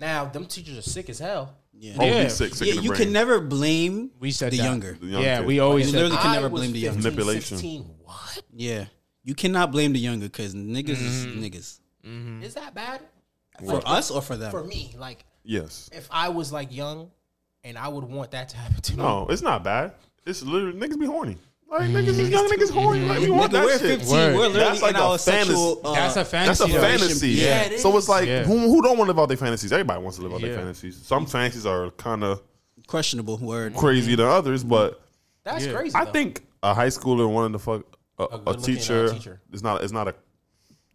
Now them teachers are sick as hell. Yeah. Oh, Yeah. be sick, sick yeah, in the you brain. can never blame We said the that. younger. The young Yeah, kid. we always You said literally that. can I never was blame the 15, younger. Manipulation. 16. What Yeah. You cannot blame the younger because niggas is Mm-hmm. niggas. is that bad For us or for them? for me? Like, Yes. if I was like young, and I would want that to happen to me. No, it's not bad. It's literally niggas be horny. Like niggas is young niggas horny. Like we want Nigga, we're that shit. 15. Word. We're literally That's like in a our fantasy. sexual. Uh, That's a That's fantasy. a though. fantasy. Yeah, it So is. it's like Yeah. who, who don't want to live out their fantasies? Everybody wants to live out Yeah. their fantasies. Some fantasies are kind of questionable word. crazy than others, but That's Yeah. crazy. I though. think a high schooler wanting to fuck a, a, good-looking, uh, teacher, teacher. is not it's not a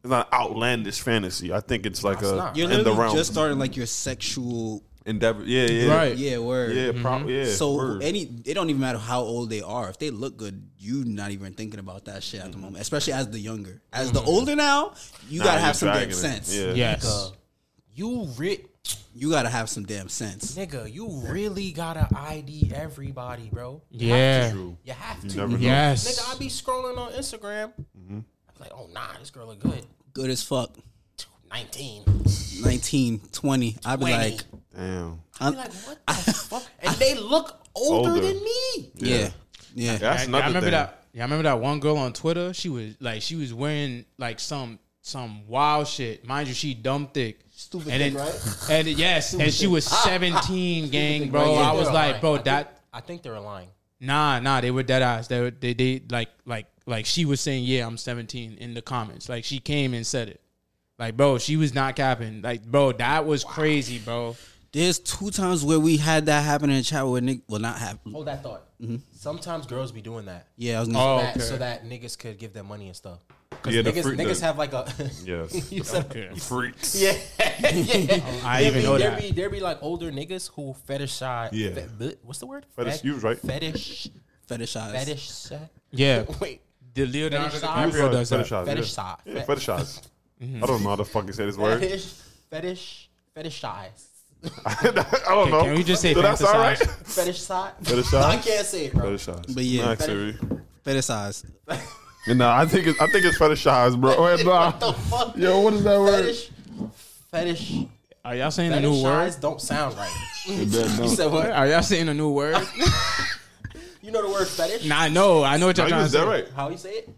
it's not an outlandish fantasy. I think it's like it's a not. You're in the literally realm just starting like your sexual. endeavor. Yeah, yeah, Right. Yeah, word. yeah. prob- yeah So word. any, it don't even matter how old they are. If they look good, you not even thinking about that shit at the moment. Especially as the younger, as the older now, Mm-hmm. you Nah, gotta you're have some damn dragging it. sense. Yeah. Yes. you re- You gotta have some damn sense. nigga, you really gotta ID everybody, bro. You Yeah. have to. You have to. never know. Mm-hmm. Yes. Nigga, I be scrolling on Instagram. I'm like, oh nah, this girl look good. Good as fuck. 19. 19, 20. I'd be 20. like, Damn. i be like, what the *laughs* fuck? And they look older, Older. than me. yeah, yeah. That's I, I another remember thing. that. Yeah, I remember that one girl on Twitter. She was like, she was wearing like some some wild shit. Mind you, she dumb thick. Stupid and thick, then, And yes, and she *laughs* was seventeen, gang, bro. I was They're lying. like, bro, I think- that I think they're lying. nah, nah. They were dead eyes. They were, they they like like like she was saying, yeah, I'm seventeen in the comments. Like she came and said it. Like, bro, she was not capping. Like, bro, that was crazy, *laughs* bro. There's two times where we had that happen in the chat where nigga, well, not happen. Hold that thought. Mm-hmm. Sometimes girls be doing that. Yeah, I was gonna Oh, That- okay. So that niggas could give them money and stuff. Yeah, the niggas, fruit- niggas the- have like *laughs* a. *laughs* Yes. You said- *laughs* Freaks. Yeah, yeah. I there even be, know there that. be there be like older niggas who fetishize. Yeah. fe- bleh, what's the word? Fetish- Fet- you was right. Fetish. say fetishize. Fetish. *laughs* Yeah, *laughs* Wait. the Leonardo Fetishize. DiCaprio does that. Fetishize, Fetish yeah. side. Yeah, fetishize. I don't know how to fucking say this *laughs* word. *laughs* Fetish. Fetish. Fetishize. I don't know. can we just say so that's all right? *laughs* fantasize? Fetish side. *laughs* Fetishize? I can't say it, bro. Fetishize. But yeah. Nah, Siri. fetishize. Nah, I think it's I think it's *laughs* fetishize, Oh, bro. uh, Wait, nah. What the fuck? Yo, what is that word? Fetish. Fetish. Are y'all saying a new word? Fetishize don't sound right. *laughs* No. you said what? Are y'all saying a new *laughs* word? You know the word fetish? nah, I know. I know what Nah, y'all you trying to was say. that right? How you say it?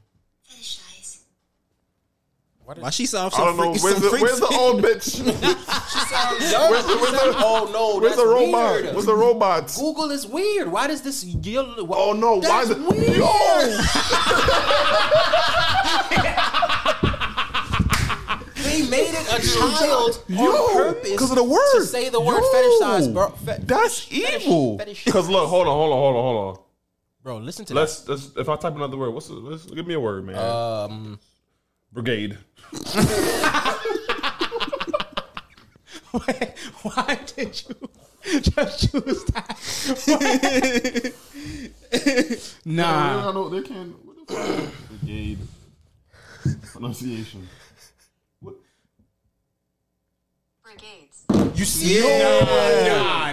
Why she sound so I don't know. freaky? Where's so the, freaky? where's the *laughs* old bitch? Where's the- where's the- oh no, Where's that's the robot? weird. Where's the robots? Google is weird. Why does this? Yellow, Oh no! Why That's is it? weird. *laughs* Yo! They made it a child Yo, on purpose 'cause of the word. to say the word Yo, fetishize, bro. Fe- That's fetish- evil. fetish- *laughs* Because look, hold on, hold on, hold on, hold on. bro, listen to that. Let's, let's if I type another word, what's the, let's give me a word, man. Um, Brigade. *laughs* Why did you *laughs* just choose that? *laughs* nah. know they can. What the fuck? Brigade. Pronunciation. What? Brigades. You see? Nah,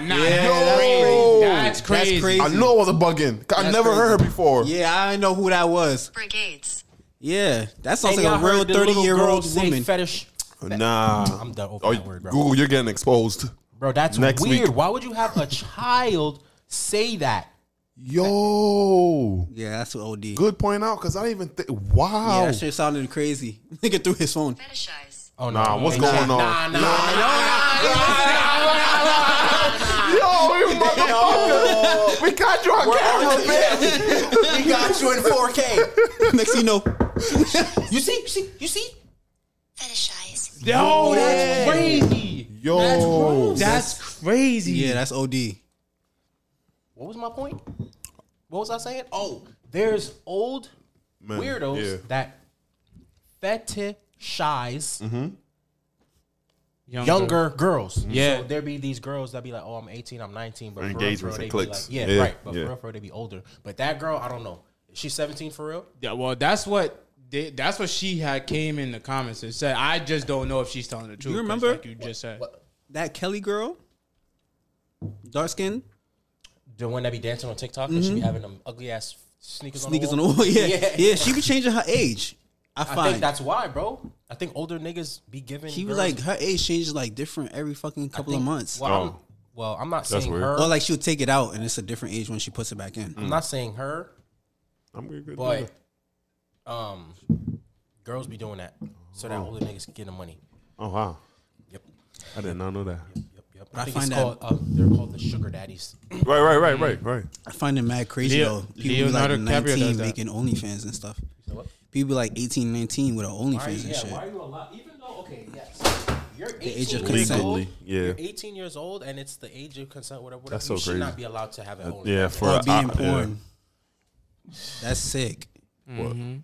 nah. that's, Yo. crazy. that's That's crazy. crazy. I know I was a bugging. I never crazy. heard her before. Yeah, I know who that was. Brigades. Yeah, that sounds and like y'all a real heard the little thirty year old girls say woman. fetish, Nah. I'm done. Open Oh, that word, bro. Google, you're getting exposed. bro. That's Next weird. week. Why would you have a child say that. Yo, Yeah, that's what OD. good point out because I didn't even think. Wow. Yeah, that shit sounded crazy. *laughs* Nigga threw *laughs* his phone. Fetishize. Oh nah, what's Nah, going on? Nah, nah, nah, Yo, we motherfucker. we got you on camera, *laughs* man. We got you in *laughs* 4K. Next thing you know, You see, you see, you see? Fetishize. Yo, that's crazy. Yo. That's crazy. yeah, that's OD. What was my point? What was I saying? Oh, there's old Man, weirdos yeah. that fetishize Mm-hmm. Younger. younger girls. Yeah. So there be these girls that be like, oh, I'm 18, I'm 19, but for real, for real, Engagements they and be like- clicks. yeah, Yeah, right. But yeah. for real, for real, they be older. But that girl, I don't know. Is she 17 for real? Yeah, well, that's what they, that's what she had came in the comments and said. I just don't know if she's telling the truth. 'cause remember? Like you just said. What? That Kelly girl, dark skin, The one that be dancing on TikTok and she be having them ugly ass sneakers, Mm-hmm. sneakers on on the the wall. *laughs* Yeah, yeah, Yeah. she be changing her age. I I find think that's why, bro. I think older niggas be giving. she was girls- like her age changes like different every fucking I couple think- of months. Well, I'm, Oh. well, I'm not saying weird. her. Or like she'll take it out and it's a different age when she puts it back in. I'm not saying her, I'm good. good but um, girls be doing that so that older niggas can get the money. oh wow, Yep. I did not know that. Yep, yep. I I think it's find called, that- uh, they're called the sugar daddies. Right, right, right, right, right. I find it mad crazy Leo- though. People be like Leonardo DiCaprio does 19 that. making OnlyFans and stuff. what? People be like 18, 19 with her OnlyFans Why, and yeah, shit. why are you allowed? Even though, okay, yes, you're 18 age of years consent. old. Legally, yeah. You're 18 years old, and it's the age of consent. Whatever. whatever. That's so you should crazy. Uh, not be allowed to have an own. Yeah, for Or being I- yeah. porn. That's sick. What? Mm-hmm.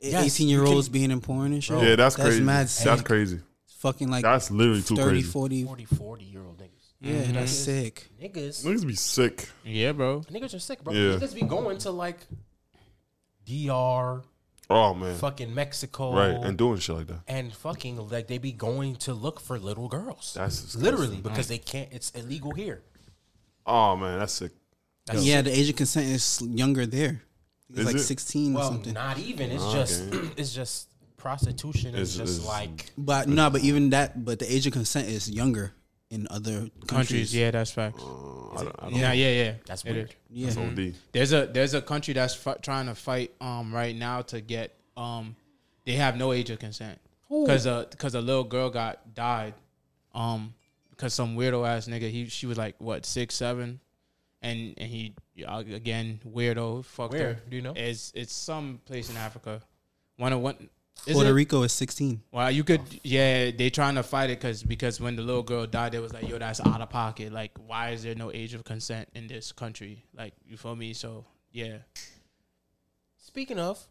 Yes, 18 year olds being in porn and shit. Yeah, that's, crazy. mad That's, sick. crazy. Fucking like That's literally too 30, crazy. 40. 40, 40 year old niggas. Yeah, that's sick. Niggas, Niggas be sick. Yeah, bro. niggas are sick, bro. Yeah. Niggas be going to like DR, Oh man, fucking Mexico, right, and doing shit like that. and fucking like they be going to look for little girls. That's disgusting. literally because they can't. It's illegal here. Oh man, that's sick. yeah, the age of consent is younger there. It's Is like it? 16 or Well, something. not even. It's just *clears throat* it's just prostitution. Is Oh, It's- just it's- like But no, but even that, but the age of consent is younger in other countries. Countries, yeah, that's facts. Uh, I don't, I don't, yeah, yeah, yeah. that's It weird. is. yeah. That's OD. There's a there's a country that's fi- trying to fight um right now to get um they have no age of consent because a because a little girl got died um because some weirdo ass nigga he she was like what six seven and and he yeah, again weirdo fucked Where? her. Do you know? It's it's some place in Africa. One of one. is Puerto it- Rico is 16. Well, you could, yeah. They trying to fight it because because when the little girl died, they was like, "Yo, that's out of pocket. Like, why is there no age of consent in this country? Like, you feel me? So, yeah, Speaking of,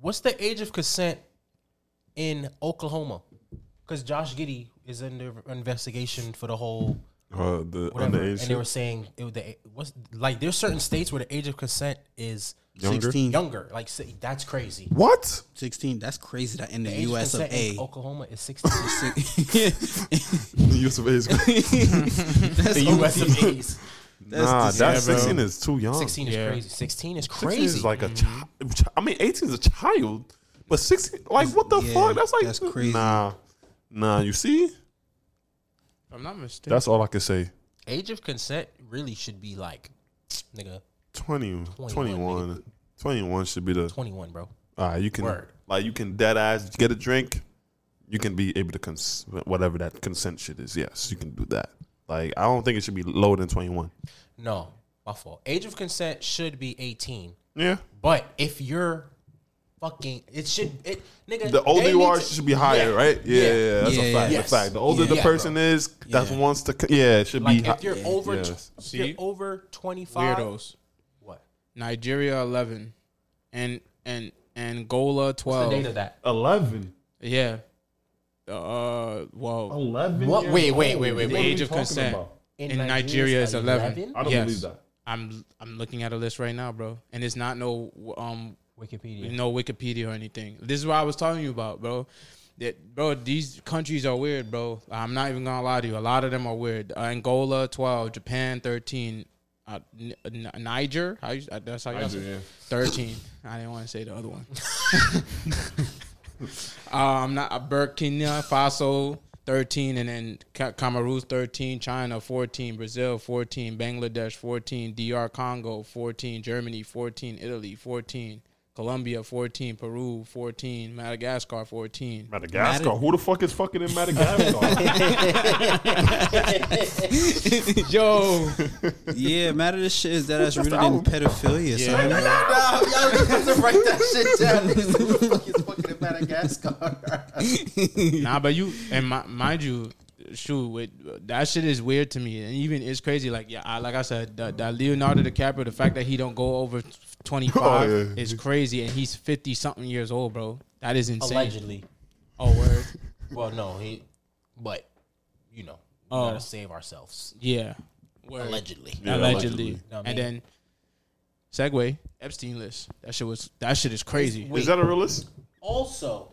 what's the age of consent in Oklahoma? Because Josh Giddy is under investigation for the whole Uh, the whatever, and underage they were shit. saying it was the, what's like there's certain states where the age of consent is Younger? 16. younger. Like say, that's crazy. What? *laughs* 16. That's crazy that in the, The age US of consent A. in Oklahoma is 16. *laughs* The use of age. that's the US of A. is- nah, the- that yeah, bro. sixteen is too young. 16 is Yeah. crazy. 16 is 16 crazy. is like a child. I mean, eighteen is a child, but sixteen, like what the Yeah, fuck? That's like that's crazy. Nah, nah. You see, if I'm not mistaken. that's all I can say. age of consent really should be like, nigga, 20, 21, 21, 21, should be the. 21, bro. Uh, you can Word. like you can dead ass get a drink. You can be able to cons whatever that consent shit is. Yes, you can do that. Like I don't think it should be lower than twenty one. No, my fault. Age of consent should be 18. Yeah, But if you're fucking, it should, it, nigga. the older they you need are, to- it should be higher, Yeah. right? Yeah, yeah, yeah, that's Yeah, a fact. yeah. That's a fact. The older Yeah. the Yeah, person is, that Yeah. wants to. c- Yeah, it should Like be. hi- if you're over, tw- yes. if you're See? over 25. weirdos. What? Nigeria eleven, and and Angola The twelve. date of that. Eleven. Yeah. Uh, Oh, well, Eleven. What? Wait, wait, wait, the wait, wait. age of consent in, Nigeria is eleven. Uh, I don't Yes. believe that. I'm I'm looking at a list right now, bro, and it's not no um Wikipedia. no Wikipedia or anything. This is what I was telling you about, bro. That bro, these countries are weird, bro. I'm not even gonna lie to you. A lot of them are weird. Uh, Angola, twelve. Japan, thirteen. Uh, N- N- Niger, how you, uh, that's how you Niger, say- yeah. thirteen. I didn't want to say the other one. uh, I'm not uh, Burkina Faso, thirteen, and then Ca- Cameroon thirteen, China fourteen, Brazil fourteen, Bangladesh fourteen, DR Congo fourteen, Germany fourteen, Italy fourteen, Colombia fourteen, Peru fourteen, Madagascar fourteen. Madagascar. Mad- Who the fuck is fucking in *laughs* Madagascar? *laughs* *laughs* Yo, Yeah, matter this shit is that that's rooted in pedophilia. son. Nah, y'all supposed to write that shit down. Niggas fuck is fucking in Madagascar. nah, but you and my, mind you, shoot, with, that shit is weird to me, and even it's crazy. Like yeah, I, like I said, that, that Leonardo DiCaprio, the fact that he don't go over twenty five *laughs* Oh, yeah. is crazy, and he's fifty something years old, bro. That is insane. Allegedly. Oh word, *laughs* Well, no, he. But you know, we gotta save ourselves. yeah, word. Allegedly. allegedly, Know what I and then segue Epstein list. That shit was that shit is crazy. is that a realist? Also.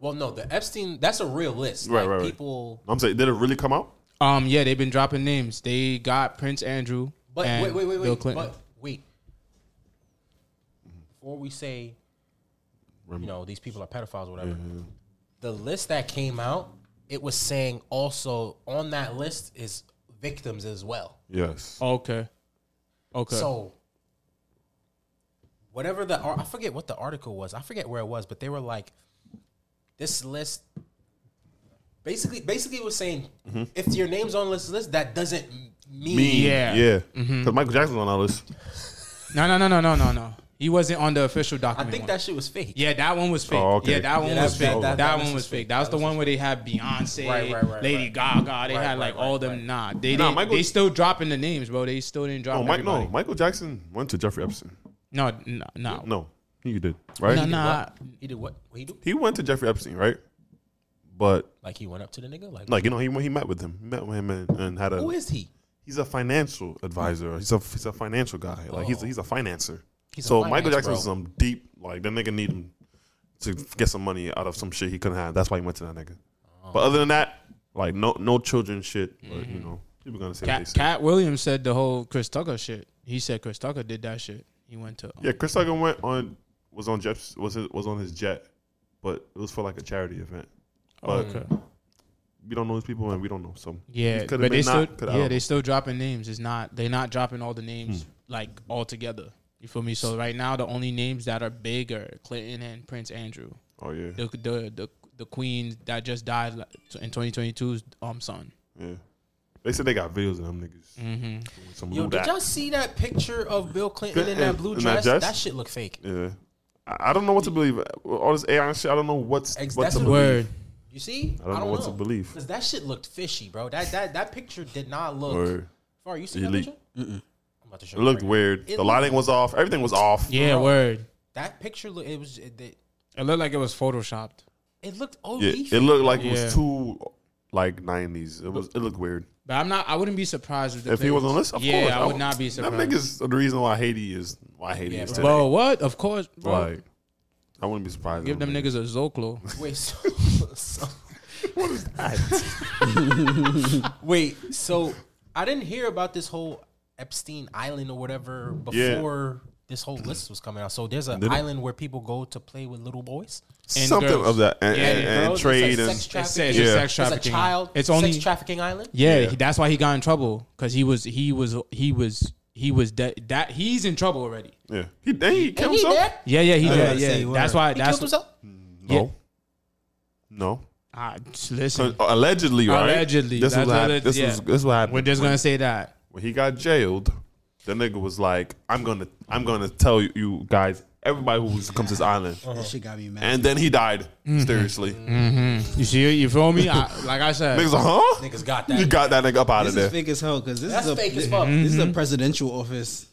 Well, no, the Epstein. That's a real list. Right, Like, right, right. People. I'm saying, did it really come out? Um, yeah, they've been dropping names. They got Prince Andrew, But and wait, wait, wait, Bill wait. Clinton. But wait. Before we say, you know, these people are pedophiles or whatever, Mm-hmm. the list that came out, it was saying also on that list is victims as well. Yes. okay, okay. So, whatever the ar- I forget what the article was. I forget where it was, but they were like, this list. Basically, basically, it was saying Mm-hmm. if your name's on this list, that doesn't m- mean, Yeah. Yeah. Because Michael Jackson's on our list. No, no, no, no, no, no, no. He wasn't on the official I document. think one. that shit was fake. Yeah, that one was fake. Oh, okay. Yeah, that one Yeah, that- was that- fake. that- That, that one was was fake. fake. That was the one where they had Beyonce, Right, right, right, Lady right. Gaga. They Right, had like right, all right, them. right. Nah, they Nah, didn't- Michael- they still dropping the names, bro. They still didn't drop. Oh, Mike, no. everybody. Michael Jackson went to Jeffrey Epstein. no, no, no, no, No. He did. Right? nah. He did what? He do? He went to Jeffrey Epstein, right? But, Like he went up to the nigga. Like, like, you know, he, he met with him. He met with him and, and had a. who is he? he's a financial advisor. He's a he's a financial guy. Like he's he's a financer. Oh. He's a so finance Michael Jackson's bro. some deep like that nigga need him to get some money out of some shit he couldn't have. That's why he went to that nigga. But Oh. other than that, like no no children shit. But Mm-hmm. you know people gonna say what they Cat, say. Cat Williams said the whole Chris Tucker shit. He said Chris Tucker did that shit. He went to. Yeah, Chris Tucker went on was on Jeff's was his, was on his jet, but it was for like a charity event. But Oh, Okay. we don't know these people and we don't know. So Mm. Yeah, could've been but they not, still could've- I yeah don't they still dropping names. It's not they're not dropping all the names Hmm. like all together. You feel me? So right now the only names that are big are Clinton and Prince Andrew. know. oh yeah, The the the, the queen that just died like, in 2022's um son. yeah. They said they got videos of them niggas. Mm-hmm. Some Yo, lewd did act. y'all see that picture of Bill Clinton in that blue eh, In that dress? dress? That shit look fake. Yeah. I I don't know what to believe. All this AI shit, I don't know what's Ex- what that's to what- believe. Word. You see? I don't know what to believe. Cause that shit looked fishy, bro. That that that picture did not look. Word. Far, you see that Elite. picture? I'm about to show It you looked right now. weird. It the lighting was off. Everything was off. Yeah, word. That picture look. It was. It, it, It looked like it was photoshopped. it looked OD. Yeah, it looked like it Yeah. was too like nineties. It was. It looked weird. But I'm not. I wouldn't be surprised if, the If he was on Clintons- this, of yeah, course, I would not be That surprised. niggas are the reason why Haiti is why Haiti is today. Bro, what? Of course, bro. like, I wouldn't be surprised. Give if them them niggas a Zoclo. Wait. So, so, what is that? *laughs* Wait. So I didn't hear about this whole Epstein Island or whatever Yeah. before this whole list was coming out. So there's an Did it? island where people go to play with little boys. and something girls. of that and, Yeah, and, and Bro, it's trade like and sex It trafficking. says it's Yeah. sex It's a trafficking. child It's only sex trafficking island. Yeah, Yeah. He, that's why he got in trouble because he was he was he was he was de- that he's in trouble already. yeah. He then he killed Ain't he himself. dead? Yeah, yeah, he did. I gotta Yeah, say, word. that's why. He that's killed himself. No, Yeah. no. Ah, just listen. uh, Allegedly, right? Allegedly. This is That's what what it- happened. This yeah. was this is what happened. We're just gonna say that. when he got jailed, the nigga was like, "I'm gonna, I'm gonna tell you- you guys, everybody who comes to this island." That shit got me mad. And then he died mysteriously. You see, you feel me? I, *laughs* like I said, Niggas, like, huh? Niggas got You that. got that nigga up out of this there. is fake as hell because this That's is a fake as fuck. Mm-hmm. this is a presidential office.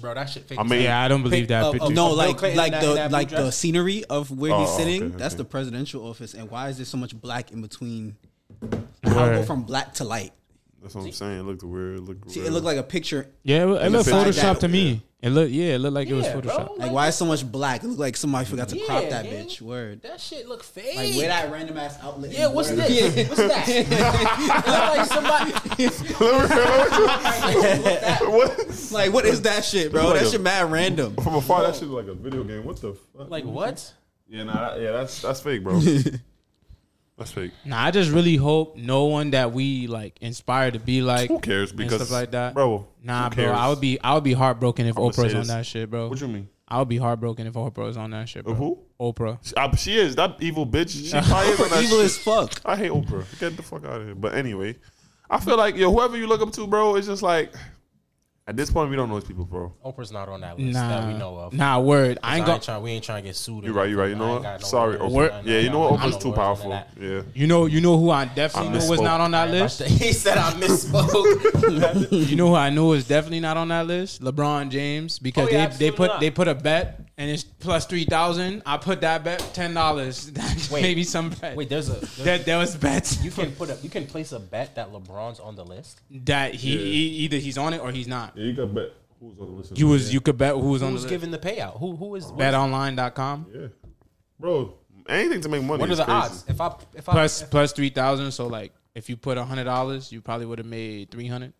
Bro, that shit fake. I as mean, yeah, I don't believe that Pick up- picture. Oh, No, Bill like Clinton like in that- in the that blue like the dress? scenery of where Oh, he's sitting. okay, That's okay. the presidential office, and why is there so much black in between? How go Word. from black to light? that's what I'm saying. It looked weird. It looked, See, real. it looked like a picture. yeah, it, look- it the looked picture. photoshopped to me. It looked yeah, it looked like it was Yeah, bro. photoshopped. Like, why is so much black? It looked like somebody forgot to crop Yeah, that gang. bitch. Word. That shit look fake. Like where that random ass outlet. yeah, what's Word. this? Yeah. What's *laughs* that? Look like somebody. *laughs* what? *laughs* Like what is that shit, bro? Look like That a- shit mad *laughs* random. From afar, that shit looked like a video game. What the fuck? Like what? Yeah, nah, that- yeah, that's that's fake, bro. That's fake. Nah, I just really hope no one that we like inspire to be like Who cares? and Because stuff like that. bro. Nah, who bro, I cares? would be I would be heartbroken if I'ma say Oprah's on this. that shit, bro. What you mean? I would be heartbroken if Oprah was on that shit, bro. Of who? Oprah. She, I, she is that evil bitch. She *laughs* probably *laughs* is on that Evil shit. as fuck. I hate Oprah. Get the fuck out of here. But anyway, I feel like yo, whoever you look up to, bro, it's just like at this point we don't know these people, bro. Oprah's not on that list that Nah, we know of. nah, word. I I ain't ain't gonna. trying, we ain't trying to get sued. or You're right. You're right. You nothing. I know ain't what? got no Sorry, words, Oprah. nothing. Yeah, I you got know what? no Oprah's words too on powerful. that. Yeah. You know, you know who I definitely know was misspoke. not on that list. *laughs* He said I *laughs* misspoke. You know who I know is definitely not on that list? LeBron James because Oh, yeah, they, they absolutely put not. they put a bet and it's plus three thousand. I put that bet ten dollars. *laughs* Wait. Maybe some bet. Wait, there's a there's- that there was bets you can put a you can place a bet that LeBron's on the list. that he, he either he's on it or he's not. Yeah, you got bet. Who's on the list? You was you could bet who was on Who's the giving the payout? Who who is list. betonline.com Yeah, bro. Anything to make money. what are is the crazy. odds? If I if I plus plus three thousand. So like if you put a hundred dollars, you probably would have made three hundred.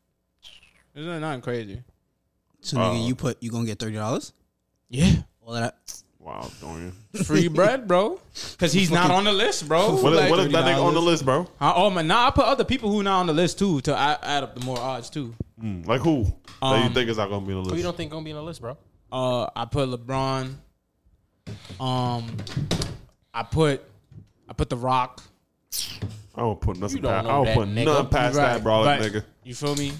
Isn't that crazy? So nigga, you put you gonna get thirty dollars? Yeah, All of that. Wow, Dorian. *laughs* free bread, bro. Because he's not on the list, bro. What, Like- if- what if that nigga on the list, bro? I, oh man, nah, I put other people who not on the list too to add, add up the more odds too. Mm, Like who? that Um, you think is not gonna be on who oh, the you list? don't think gonna be on the list, bro? Uh, I put LeBron. Um, I put I put The Rock. I don't put nothing. You don't Past, I know don't that put nigga. nothing past that, bro. Like, but- nigga. You feel me?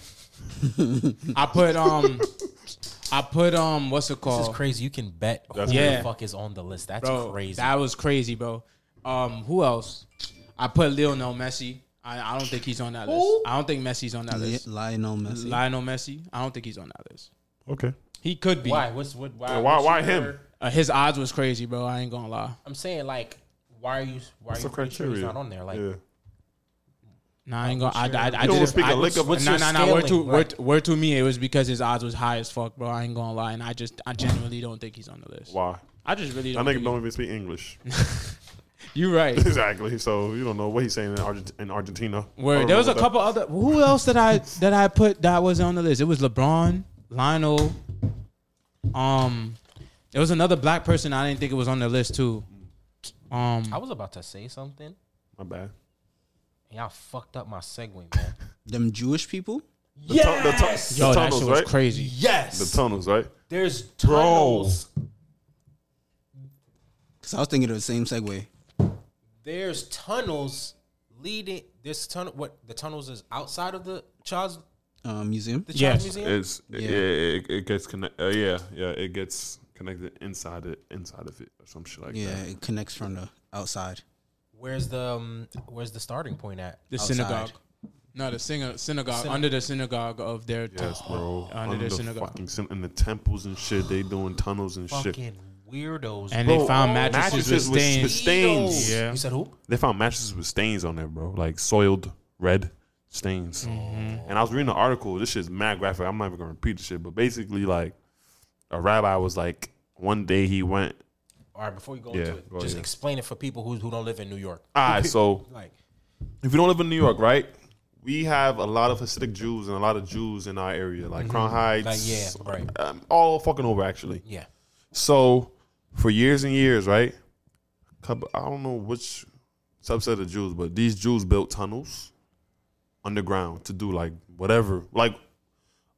*laughs* I put um, I put um, what's it called? This is crazy. You can bet who That's crazy. the fuck is on the list. That's bro, crazy. That was crazy, bro. Um, who else? I put Lionel Messi. I, I don't think he's on that list. I don't think Messi's on that list. Lionel Messi. Lionel Messi. I don't think he's on that list. Okay. He could be. why? What's what? Why? Yeah, why? what's Why your- him? Uh, his odds was crazy, bro. I ain't gonna lie. I'm saying like, why are you? Why are What's the you pretty sure he's criteria? not on there? Like, yeah. Nah, I ain't gonna. I, I, I, You don't did it. speak I, a lick of- what's nah, your nah, nah. Word to scaling, word, right? word to me, it was because his odds was high as fuck, bro. I ain't gonna lie, and I just, I genuinely don't think he's on the list. Why? I just really That don't. nigga Think don't even speak English. *laughs* you right. exactly. So you don't know what he's saying in, Argent- in Argentina. I Word. don't There know was a what that- couple other. Who else that I that I put that was on the list? It was LeBron, Lionel. Um, there was another black person I didn't think it was on the list too. Um, I was about to say something, and My bad. y'all fucked up my segue, *laughs* man. Them Jewish people. The, yes! the, tu- yo, the that tunnels, shit was right? crazy. yes, The tunnels, right? there's tunnels. Cause I was thinking of the same segue. There's tunnels leading. This tunnel. What the tunnels is outside of the Charles Uh, museum. the Charles Yes. Museum. It's yeah, it, it gets connected. Uh, yeah, yeah, it gets connected inside it, inside of it, or some shit like Yeah, that. it connects from the outside. Where's the um, Where's the starting point at? The synagogue. No, the singer, synagogue under the synagogue of their. Yes, bro. Under the synagogue. fucking syn- in the temples and shit, they doing tunnels and shit. Fucking weirdos. And Bro, they found all mattresses, mattresses with was- stains. with stains. Yeah. You said who? They found mattresses with stains on there, bro, like soiled red stains. Mm-hmm. And I was reading the article. This shit's mad graphic. I'm not even gonna repeat the shit, but basically, like a rabbi was like, one day he went. All right, before you go Yeah, into it, go just ahead. explain it for people who who don't live in New York. All right, so Like, if you don't live in New York, right? We have a lot of Hasidic Jews and a lot of Jews in our area, like Crown Heights, Mm-hmm. Like, yeah, right. um, all fucking over actually. yeah. So for years and years, right? Couple, I don't know which subset of Jews, but these Jews built tunnels underground to do like whatever, like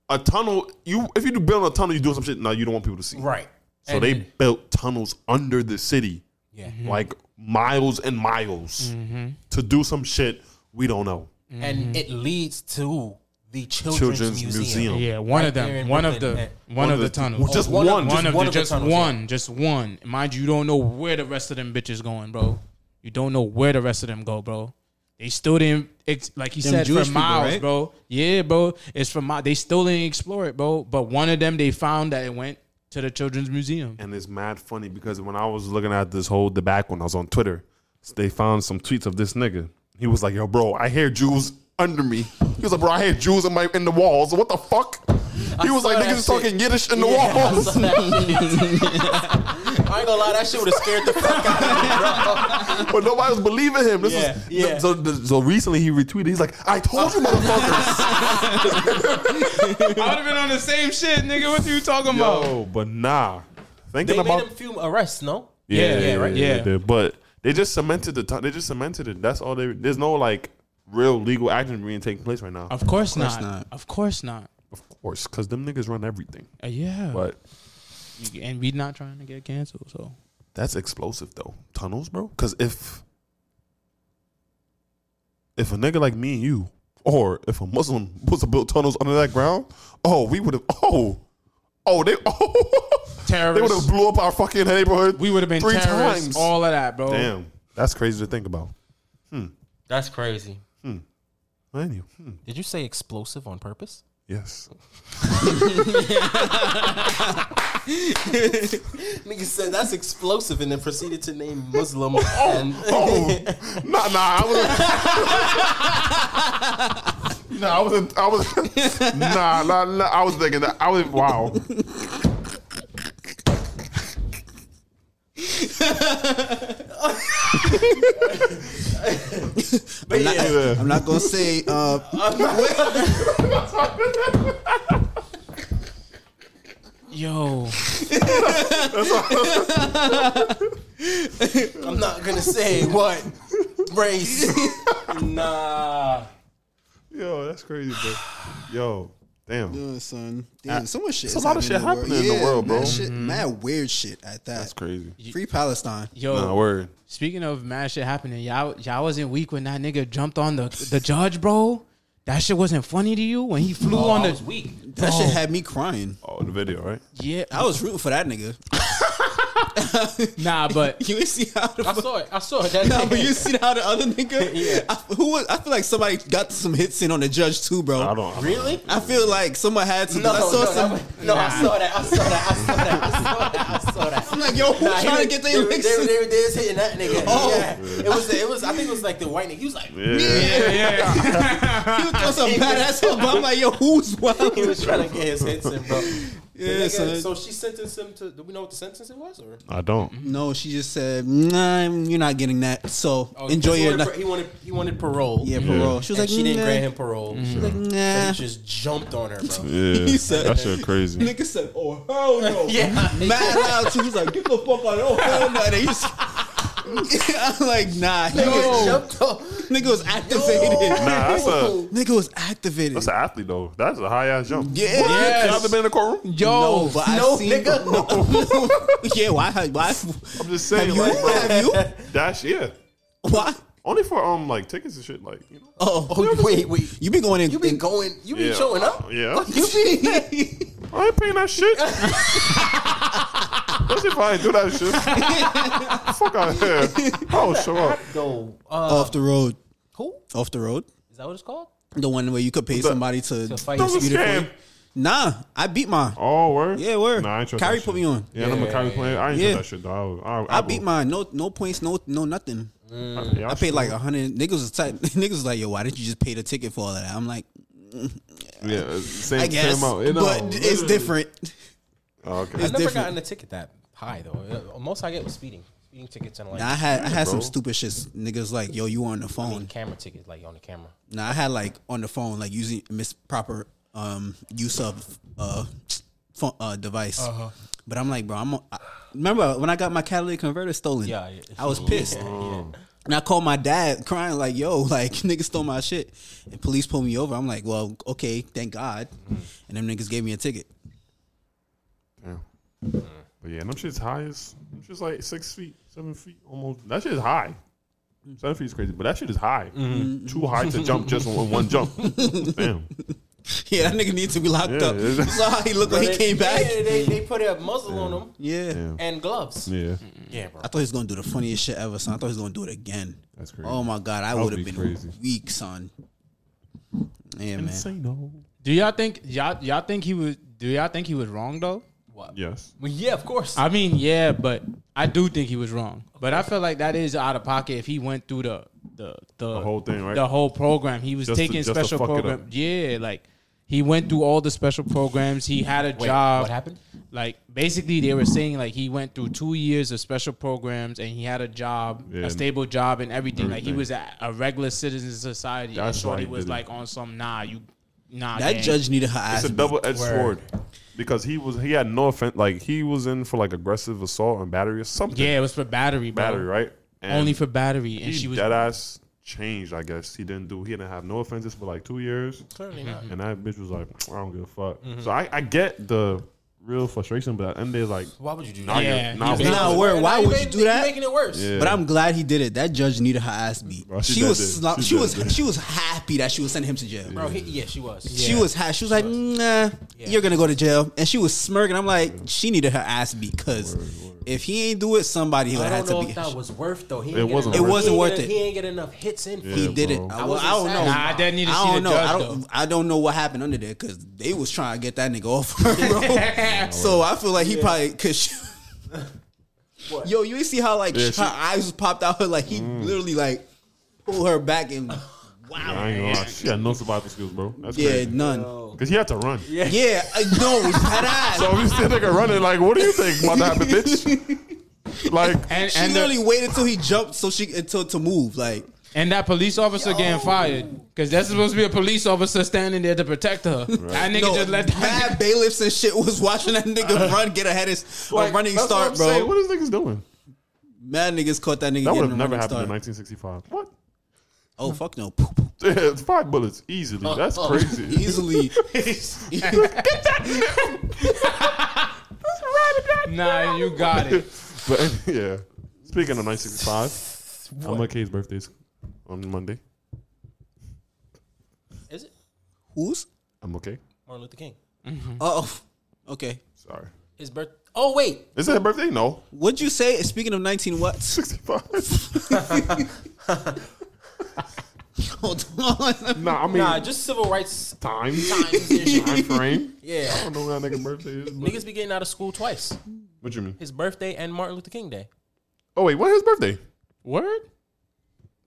a tunnel. You if you do build a tunnel, you do some shit. Now you don't want people to see, Right. So they built tunnels under the city, Yeah. like miles and miles, to do some shit we don't know. And it leads to the Children's, Children's Museum. Museum. Yeah, one Right of there them. in One of Brooklyn, the eh? one, of the, tunnels. Well, just Oh, one of- one. just one of one the of the just tunnels, yeah. one, just one. Mind you, you don't know where the rest of them bitches going, bro. You don't know where the rest of them go, bro. They still didn't, ex- like he Them said, Jewish for people, miles, right? bro. Yeah, bro. It's for miles. They still didn't explore it, bro. But one of them, they found that it went to the Children's Museum. and it's mad funny because when I was looking at this whole debacle when I was on Twitter, they found some tweets of this nigga. He was like, "Yo, bro, I hear Jews under me." He was like, "Bro, I hear Jews in my in the walls. What the fuck?" He was saw like, that "Niggas is shit. talking Yiddish in the Yeah, I walls." saw that shit. I ain't gonna lie, that shit would have scared the fuck out *laughs* but nobody was believing him. This Yeah, was yeah. So, so recently he retweeted. He's like, "I told *laughs* you, motherfuckers." *laughs* I would have been on the same shit, nigga. What you talking about? Yo, but nah. Thinking They made about him film arrests, no? Yeah, yeah, right? yeah. Yeah. But They just cemented the. T- they just cemented it. That's all. They there's no like real legal action being taking place right now. Of course, not. not. Of course not. Of course, because them niggas run everything. Uh, yeah. But You- and we not trying to get canceled. So that's explosive though. Tunnels, bro. Because if if a nigga like me and you, or if a Muslim *laughs* was to build tunnels under that ground, oh, we would have. Oh, oh, they. *laughs* Oh, They would Terrorists. have blew up our fucking neighborhood. we would have been three terrorists. times. All of that, bro. Damn, that's crazy to think about. That's crazy. Mind you, hmm, Did you say explosive on purpose? yes. Nigga said that's explosive and then proceeded to name *laughs* Muslim. and Oh, nah, nah, I was. nah, I was. I was. Nah, nah, nah, I was thinking that. I was. Wow. I'm not, Yeah. I'm not gonna say. Uh, *laughs* Yo, I'm not gonna say what race. nah. Yo, that's crazy, bro. Yo, damn. uh, son, damn, so much shit. It's a lot of shit happening in the world, bro. Mm-hmm. Mad, shit, mad weird shit at that. That's crazy. Free Palestine. yo. Nah, word. Speaking of mad shit happening, y'all y'all wasn't weak when that nigga jumped on the the judge, bro. That shit wasn't funny to you when he flew on the Oh, weak. Oh. That shit had me crying. Oh, the video, right? yeah. I was rooting for that nigga. *laughs* Nah, but You ain't see how the I fuck- saw it. I saw it. That *laughs* No, but *laughs* you see how the other nigga? Yeah. I, who was, I feel like somebody got some hits in on the judge too, bro. I I, don't. really? feel like someone had some. No, I saw no, some. that- no, I saw that. I saw that. I saw that. I saw that. I saw that. I'm like, yo, who he trying to was- get they their were- licks? They, *laughs* were- they, were- they was hitting that nigga. Oh. yeah. it was. The, it was. I think it was like the white nigga. He was like, Yeah. *laughs* *laughs* He was throwing some badass up. I'm like, yo, who's *laughs* wild? he was trying to get his hits in, bro. Yeah, son. so she sentenced him to. Do we know what the sentence it was? Or I don't. No, she just said, nah, you're not getting that. So Oh, enjoy he your wanted, night. He wanted. He wanted parole. Yeah, parole. She was And like, she didn't nah. Mm-hmm. grant him parole. Like, So nah. he just jumped on her, bro. Yeah. He said- that shit crazy. Nigga said, oh, hell no. yeah. Mad loud too. He's like, get the fuck out of oh, hell no. And he just- *laughs* I'm like, nah. He Nigga was, jumped on. nigga was activated. Nah, *laughs* that's a Nigga was activated. that's an athlete though. That's a high ass jump. Yeah. What? Yes. Y'all ever been in the courtroom? yo, no, but I've no, seen. nigga. *laughs* No. yeah, why? Why? I'm just Have saying, you? like, bro, Have you? that's yeah. Why? Only for um like tickets and shit, like you know. Oh, Oh, wait, wait. you been going in? You be going. You be Yeah. showing *laughs* up. Yeah. You be. I ain't paying that *laughs* shit. That's if I ain't do that shit. Fuck out here. I'll show up. Yo, uh, off the road. who Off the road. is that? What it's called? The one where you could pay somebody to, To fight. That was a dispute it for you. scam. Nah, I beat mine. Oh, word? Yeah, word. Nah, I ain't trust Kyrie that put shit. me on. Yeah, I'm a Kyrie player. I ain't Yeah. trust that shit, dog. I, I beat mine. No, no points. No, no nothing. Yeah, I paid should. like a hundred. Niggas was tight. *laughs* Niggas was like, yo, why didn't you just pay the ticket for all of that? I'm like, Yeah, same, I same guess, amount. You know, but it's literally. different. Oh, okay. It's I've never different. gotten a ticket that high though. Uh, Most I get was speeding, speeding tickets and like Nah, I had I had some bro. stupid shits. Niggas like, yo, you on the phone? camera tickets, like on the camera. Nah, I had like on the phone, like using misproper um, use of uh, phone, uh device. Uh-huh. But I'm like, bro, I'm. I, remember when I got my catalytic converter stolen? Yeah, yeah. I was pissed. And I called my dad crying like, yo, *laughs* like niggas stole my shit. And police pulled me over. I'm like, well, okay, thank God. Mm-hmm. And them niggas gave me a ticket. But yeah, them shit's high as, them shit's like six feet, seven feet, almost. That shit is high. Seven feet is crazy, but that shit is high. Mm-hmm. Too high to jump just on one *laughs* jump. Damn. yeah, that nigga needs to be locked Yeah, up. it is. You saw how he looked when he came back. Yeah, they, they put a muzzle on him Yeah. Yeah. and gloves. Yeah, Yeah. bro. I thought he was gonna do the funniest shit ever, son. I thought he was gonna do it again. That's crazy. Oh my god, I would would have be been crazy. weak, son. Yeah, man. no. do y'all think y'all y'all think he was? Do y'all think he was wrong though? What? Yes. Well, yeah, of course. I mean, yeah, but I do think he was wrong. But I feel like that is out of pocket if he went through the the the, whole thing, right? The whole program. He was Just to- taking just to special fuck it program. up. Yeah, like he went through all the special programs. He had a Wait, job. what happened? Like basically, they were saying like he went through two years of special programs and he had a job, Yeah. a stable job, and everything. Like he Everything. was a, a regular citizen of society. And That's why Shorty he was did it. like on some nah, you nah. That gang." judge needed her ass. It's a beat. double edged Word. sword because he was he had no offense like he was in for like aggressive assault and battery or something. Yeah, it was for battery, bro. battery, right? And only for battery, and he she was dead ass changed. I guess he didn't do. He didn't have no offenses for like two years, Clearly not. and that bitch was like, I don't give a fuck. So I, I get the real frustration, but at the end of the day, it's like, Why would you do now that? you're Yeah, you now basically- Nah, word, Now why you would make- you do that? making it worse. Yeah. But I'm glad he did it. That judge needed her ass beat. Bro, she she, dead was dead. sla- She she, dead was dead. she was happy that she was sending him to jail. Bro, he, yeah, she was. She was happy. She was like, nah, you're gonna go to jail. And she was smirking. I'm like, she needed her ass beat because if he ain't do it, somebody would I don't have to know beat if *laughs* *laughs* that her. was worth though. He It ain't get wasn't enough- worth it. he ain't It wasn't get- worth He it. ain't get enough hits in. Yeah, He bro. did it. I, I well, wasn't I don't know. satisfied. Nah, I didn't need to I see the don't know. judge I don't. though. I don't know what happened under there because they was trying to get that nigga *laughs* off, *laughs* her, bro. so I feel like he probably cause. What? Yo, you ain't see how like Yeah, her she- Mm. eyes was popped out. *laughs* Her like he literally like pulled her back *laughs* and I ain't gonna lie. She had no survival skills, bro. That's yeah, crazy. none. Because he had to run. Yeah. Yeah, I no, *laughs* that ass. So if you see a nigga running, like, what do you think about that, bitch? Like, and she and the- literally waited until he jumped so she until to move. Like And that police officer getting fired because that's supposed to be a police officer standing there to protect her. That nigga no, just let mad that. bailiffs and shit was *laughs* watching that nigga run, get ahead of a running that's what start, I'm bro. saying. What is niggas doing? Mad niggas caught that nigga That would getting a have never running happened start. in 1965. What? *laughs* Oh fuck no, Poop. Yeah, it's five bullets easily. That's *laughs* crazy. easily. *laughs* nah, you got it. but yeah, speaking of 1965, I'm K's birthday's on Monday. Is it Who's? I'm okay. Martin Luther King? Oh, okay. Sorry. His birth. Oh wait, Is that her birthday? No. *laughs* What'd you say? Speaking of nineteen, what? 65. Hold on. nah, I mean, nah, just civil rights time. *laughs* times. and shit. Time frame. *laughs* Yeah. I don't know when that nigga birthday is. but- Niggas be getting out of school twice. What you mean? His birthday and Martin Luther King Day. Oh, wait, what his birthday? Word?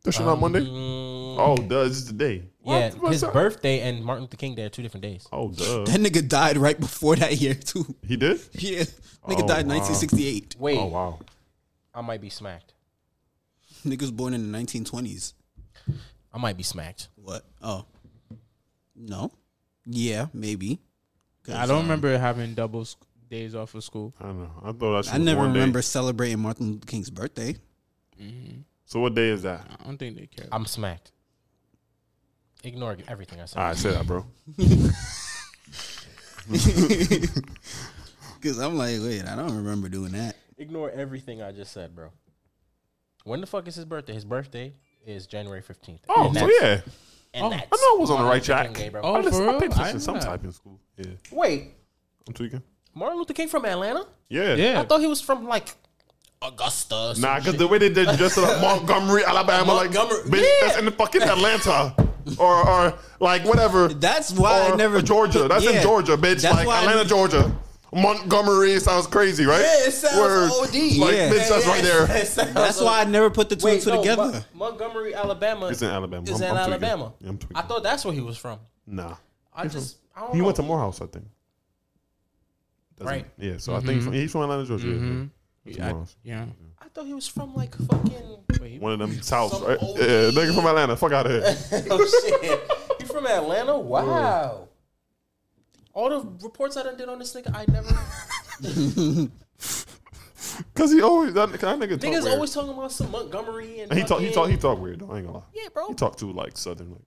That shit not Monday? Oh, duh, it's today. Um, Yeah, What? What's his up? birthday and Martin Luther King Day are two different days. Oh, duh. That nigga died right before that year too. He did? Yeah, nigga Oh, died in wow. 1968. Wait, Oh, wow. I might be smacked. Nigga was born in the 1920s. I might be smacked. What? Oh, no. Yeah, maybe. 'Cause, I um, don't remember having double sc- days off of school. I don't know. I thought that shit I was never one day. remember celebrating Martin Luther King's birthday. So what day is that? I don't think they care. I'm smacked. Ignore everything I said. All right, say that, bro. Cause I'm like, wait, I don't remember doing that. Ignore everything I just said, bro. When the fuck is his birthday? His birthday is January fifteenth. Oh, so yeah. Oh, And that's I know I was on the Martin Luther right track. King Day, bro. Oh, I just for I real? picked I this in knew some that. type in school. Yeah. Wait, I'm tweaking. Martin Luther King from Atlanta? Yeah. Yeah. I thought he was from like Augusta. or some Nah, because shit. the way they did *laughs* dress it up, Montgomery, Alabama, Montgomery, like, bitch, yeah. that's in the fucking *laughs* Atlanta. or, or, like, whatever. That's why Or uh, I never Georgia. That's in Yeah. Georgia, bitch. That's like, why I- Atlanta, Georgia. Montgomery sounds crazy, right? Yeah, it sounds Word. OD. Like, Yeah. bitch, that's right *laughs* there. That's why I never put the two and Wait, two no, together. Mon- Montgomery, Alabama. It's in Alabama. Is I'm- in I'm tweaking. Alabama. Yeah, I'm tweaking. I thought that's where he was from. Nah. I just I don't He know. went to Morehouse, I think. Doesn't- Right. Mm-hmm. Yeah, so I think he's from- he's from Atlanta, Georgia. yeah, Yeah. From Morehouse. yeah. I thought he was from like fucking. Wait, One of them Souths, Some right? old- Yeah, nigga from Atlanta. Fuck out of *laughs* here. oh shit! *laughs* You from Atlanta? Wow. All the reports I done did on this nigga, I never. Cause he always that, that nigga talk Niggas weird. always talking about some Montgomery and. And he talk he fucking- talk he talk weird though. I ain't gonna lie. Yeah, bro. He talk too like southern like.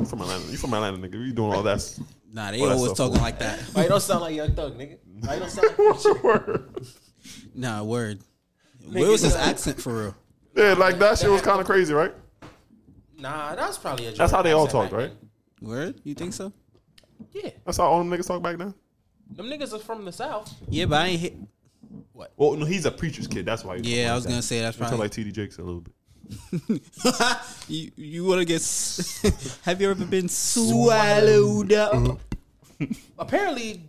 You from Atlanta? You from Atlanta, nigga? You doing all that? s- Nah, they Well, that's always a talking fool. like that. *laughs* Why Oh, you don't sound like Young Thug, *laughs* nigga? Why you don't sound like that shit? Nah, word. Where was his accent for real? yeah, like that shit was kind of crazy, right? Nah, that's probably a. That's how they all Jordan talk, accent right? back Word? You think so? then. Yeah, That's how all them niggas talk back then. them niggas are from the south. Yeah, but I ain't hit. Well, no, he's a preacher's kid. That's why. he talk Yeah, like I was that. gonna say that's He talk probably. like T.D. Jakes a little bit. *laughs* you you wanna get? s- *laughs* Have you ever been swallowed up? Mm-hmm. Apparently,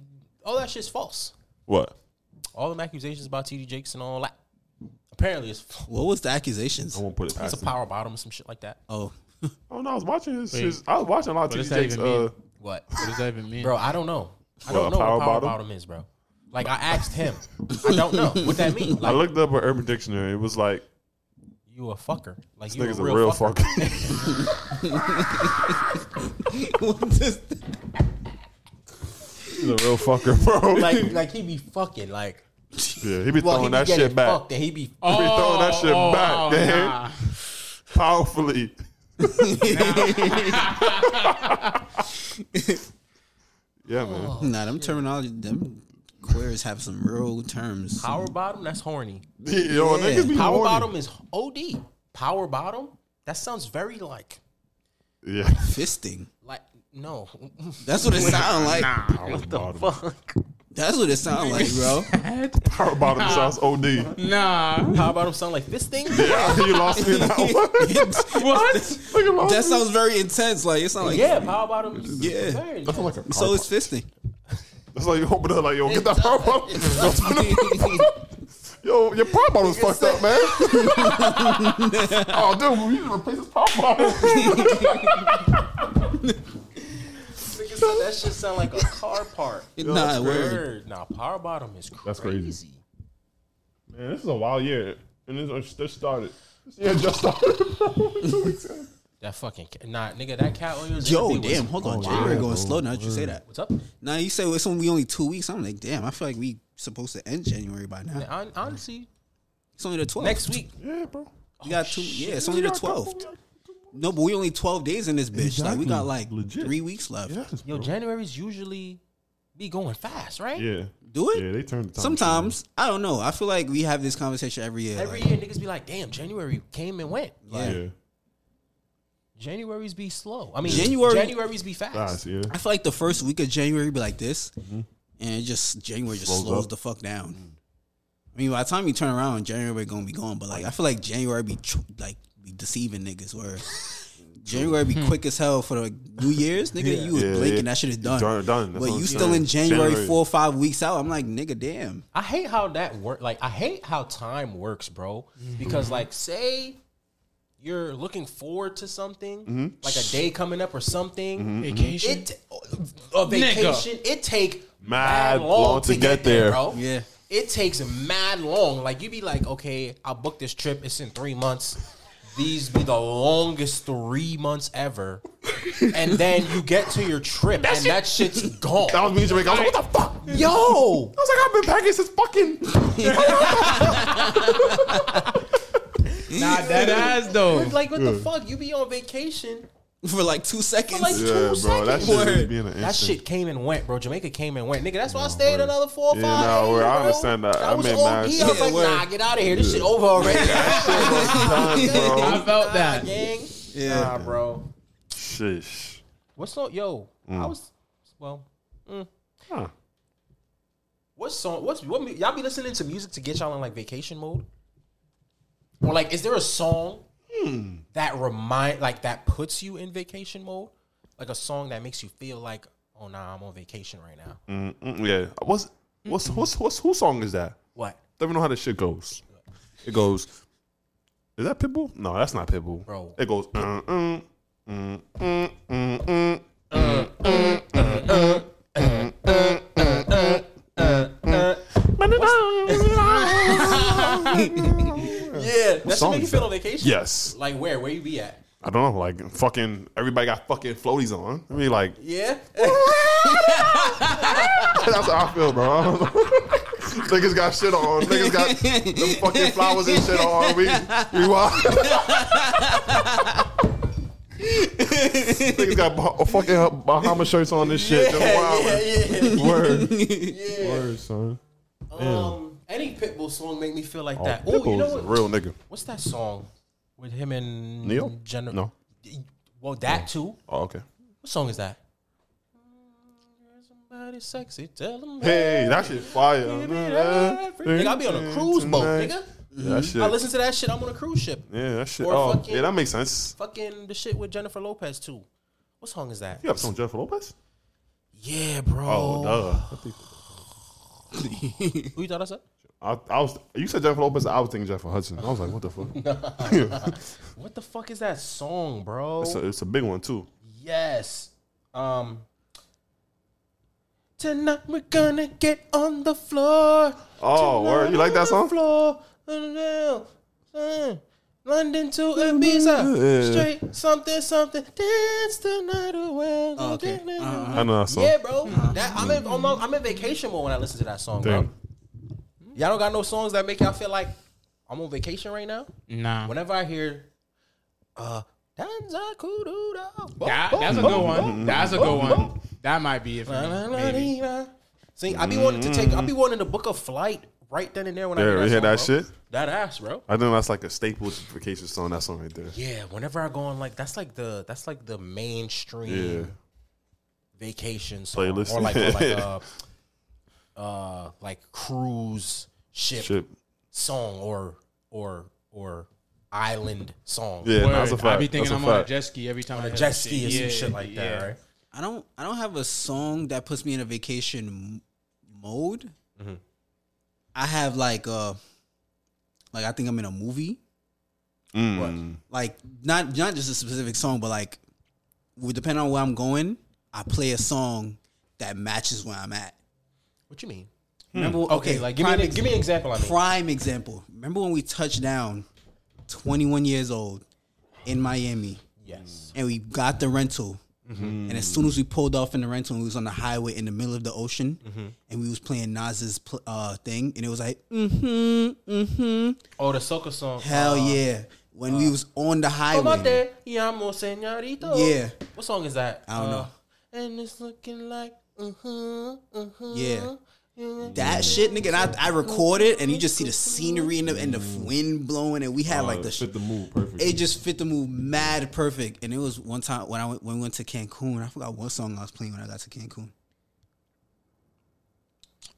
all that shit's false. What? All them accusations about T.D. Jakes and all that. Apparently, it's false. What was the accusations? I won't put it It's past. a him. power bottom or some shit like that. Oh, Oh no, I was watching his. his I was watching a lot of does T.D. that Jakes. even mean? Uh, What? What does that even mean? Bro, I don't know. I Well, don't a know power what power bottom? bottom? is, bro. Like I asked him. I don't know what that means. I Like looked up an Urban Dictionary. It was like you a fucker. Like you a niggas real, a real fucker. fucking. *laughs* *laughs* What is- he's a real fucker, bro. *laughs* Like like he be fucking like *laughs* Yeah, he be Well, he throwing be that getting shit back. fucked and he be He be throwing that shit oh, back, oh, man. nah. *laughs* Powerfully. yeah, man. *laughs* Oh. Nah, them terminology, them queers have some real terms. power bottom. That's horny. *laughs* Yo, niggas be Power horny. bottom is OD. Power bottom. That sounds very like Yeah. *laughs* Fisting. like no. *laughs* That's what it sound like. What the bottom. Fuck. That's what it sound like, bro. Power bottom sounds OD. Nah. Power bottom sound like fisting. *laughs* Yeah, you lost me *laughs* in *laughs* that one. What? Look, you lost that me. sounds very intense. Like it sound like Yeah, power bottom. is Yeah. very That's nice. like a So it's fisting. That's like you open it up like yo, get that power bottom. Don't turn it- yo, your power bottle's fucked up, man. *laughs* oh, dude, we need to replace this power bottle. Nigga said that shit sound like a car part. nah, word. Word. Nah, power bottom is crazy. That's crazy. Man, this is a wild year, and this just started. Yeah, just started. That fucking cat. Nah, nigga, that cat on yours. Yo, damn, hold on. January yeah, going bro. slow now that you say that. What's up? And Now you say well, it's only only two weeks. I'm like, damn, I feel like we supposed to end January by now. hon- Honestly, It's only the 12th. next week. yeah, bro. we got two. Yeah, it's only the 12th. No, but we only 12 days in this bitch. Like we got Exactly. like Legit. three weeks left. Yo, January's usually be going fast, right? Yeah. Do it. Yeah, they turned the time. Sometimes I don't know. I feel like we have this conversation every year. Every like, year, niggas be like, damn, January came and went. yeah. Yeah. January's be slow. I mean, January- January's be fast. Fast, yeah. I feel like the first week of January be like this, Mm-hmm. and it just January just Slows slows up. the fuck down. Mm. I mean, by the time you turn around, January gonna be gone. But like, I feel like January be tr- like be deceiving *laughs* niggas. Where January be Hmm. quick as hell for the New Year's, nigga. You was Yeah, blinking, yeah. that shit is done. Done, done. That's But what you I'm still saying. in January, January. four or five weeks out. I'm like, nigga, damn. I hate how that work. Like, I hate how time works, bro. Mm-hmm. Because, like, say you're looking forward to something, Mm-hmm. like a day coming up or something. Vacation. It a vacation. It take Mad long to get there. bro. Yeah. it takes mad long. Like you be like, okay, I'll book this trip. It's in three months. These be the longest three months *laughs* ever, and then you get to your trip and that shit's *laughs* gone. That was me in Jamaica. I was like, what the fuck? Yo, I was like, I've been packing since fucking. Nah, *laughs* that ass though. like what the fuck? You be on vacation. *laughs* For like two seconds. like- *laughs* Yeah, Two bro. That seconds. shit really being an That instant. shit came and went, bro. Jamaica came and went, nigga. That's why I stayed another four or Yeah, five. nah, word. days, I bro. understand that. I I was meant OD. mad I was shit. like, Word. nah, get out of here. This shit over *laughs* already. Done, *laughs* I bro. felt that. gang. Yeah. Nah, bro. Shish. What's not yo? I was well. mm. Huh. What song? What's what? mu- Y'all be listening to music to get y'all in like vacation mode, or like, is there a song Hmm. that remind like that puts you in vacation mode? Like a song that makes you feel like, oh nah, I'm on vacation right now. Mm-mm, yeah. What's what's what's what's whose song is that? What, Let me know how this shit goes. It goes. Is that Pitbull? No, that's not Pitbull. Bro. It goes. Mm, mm, mm, mm, mm, mm. Yeah, that should song make you is feel that? on vacation. Yes. Like where? Where you be at? I don't know. Like fucking everybody got fucking floaties on. I mean, like Yeah. that's how I feel, bro. *laughs* I don't know. Niggas got shit on. Niggas got them fucking flowers and shit on. We we wild. *laughs* Niggas got bah- fucking Bahama shirts on this shit. Them wild. yeah, yeah. Word. Word, son. Um, any Pitbull song make me feel like that. Oh, Oh, you know Pitbull's a what? real nigga. What's that song with him and Neil? Jenna- No. Well, that too. Oh, okay. What song is that? Somebody sexy, tell them. Hey, that shit fire. Nigga, I be on a cruise boat, nigga. Yeah, that shit. I listen to that shit. I'm on a cruise ship. yeah, that shit. Or Oh, fucking- yeah, that makes sense. Fucking the shit with Jennifer Lopez too. What song is that? You have some Jennifer Lopez? Yeah, bro. Oh, duh. Who you thought I said? I, I was. You said Jennifer Lopez. I was thinking Jennifer Hudson. I was like, what the fuck? What the fuck is that song, bro? it's, a, it's a big one too. Yes. Um. Tonight we're gonna get on the floor. Oh, word. You like that Tonight song? on the floor. London to Ibiza, Yeah. straight something something. Dance the night away. Oh, okay. I know that song. Yeah, bro. That I'm in. I'm on, I'm in vacation mode when I listen to that song, bro. Damn. Y'all don't got no songs that make y'all feel like I'm on vacation right now. Nah. Whenever I hear, uh, Danza Kududa. That- that's a good one. That's a good one. That might be it for me. Maybe. See, I be wanting to take. I be wanting to book a flight right then and there when I Mm. Yeah, hear you that, hear song, that bro. shit? That ass, bro. I think that's like a staple vacation song. That song right there. Yeah, whenever I go on like that's like the that's like the mainstream Yeah. vacation song, Playlist. or like or *laughs* like uh, uh like cruise ship, Shit. song or or or island song. Yeah, that's a Word. fact. I be thinking that's a I'm on a fact. jet ski every time. I A hear jet that ski or Yeah, some shit like yeah. that, right? I don't I don't have a song that puts me in a vacation m- mode. Mm-hmm. I have like uh like I think I'm in a movie. Mm. Like not not just a specific song, but like w- depending on where I'm going, I play a song that matches where I'm at. What you mean? Remember Hmm. Okay, like give me an, give me an example. I mean, prime example. Remember when we touched down 21 years old in Miami? yes, Mm-hmm. and we got the rental. And as soon as we pulled off in the rental, and we was on the highway in the middle of the ocean, Mm-hmm. and we was playing Nas's pl- uh, thing, and it was like, mm-hmm, mm-hmm, oh the soca song. hell yeah. When we was on the highway, Uh. Come out there, yeah, I'm on señorito. Yeah. what song is that? Uh, I don't know. And it's looking like uh huh, uh huh. yeah, Mm-hmm. that shit, nigga. And I, I recorded, and you just see the scenery and the, and the wind blowing, and we had like the, Like sh- Oh, fit the mood perfectly. it just fit the move mad perfect. And it was one time when I went, when we went to Cancun, I forgot what song I was playing when I got to Cancun.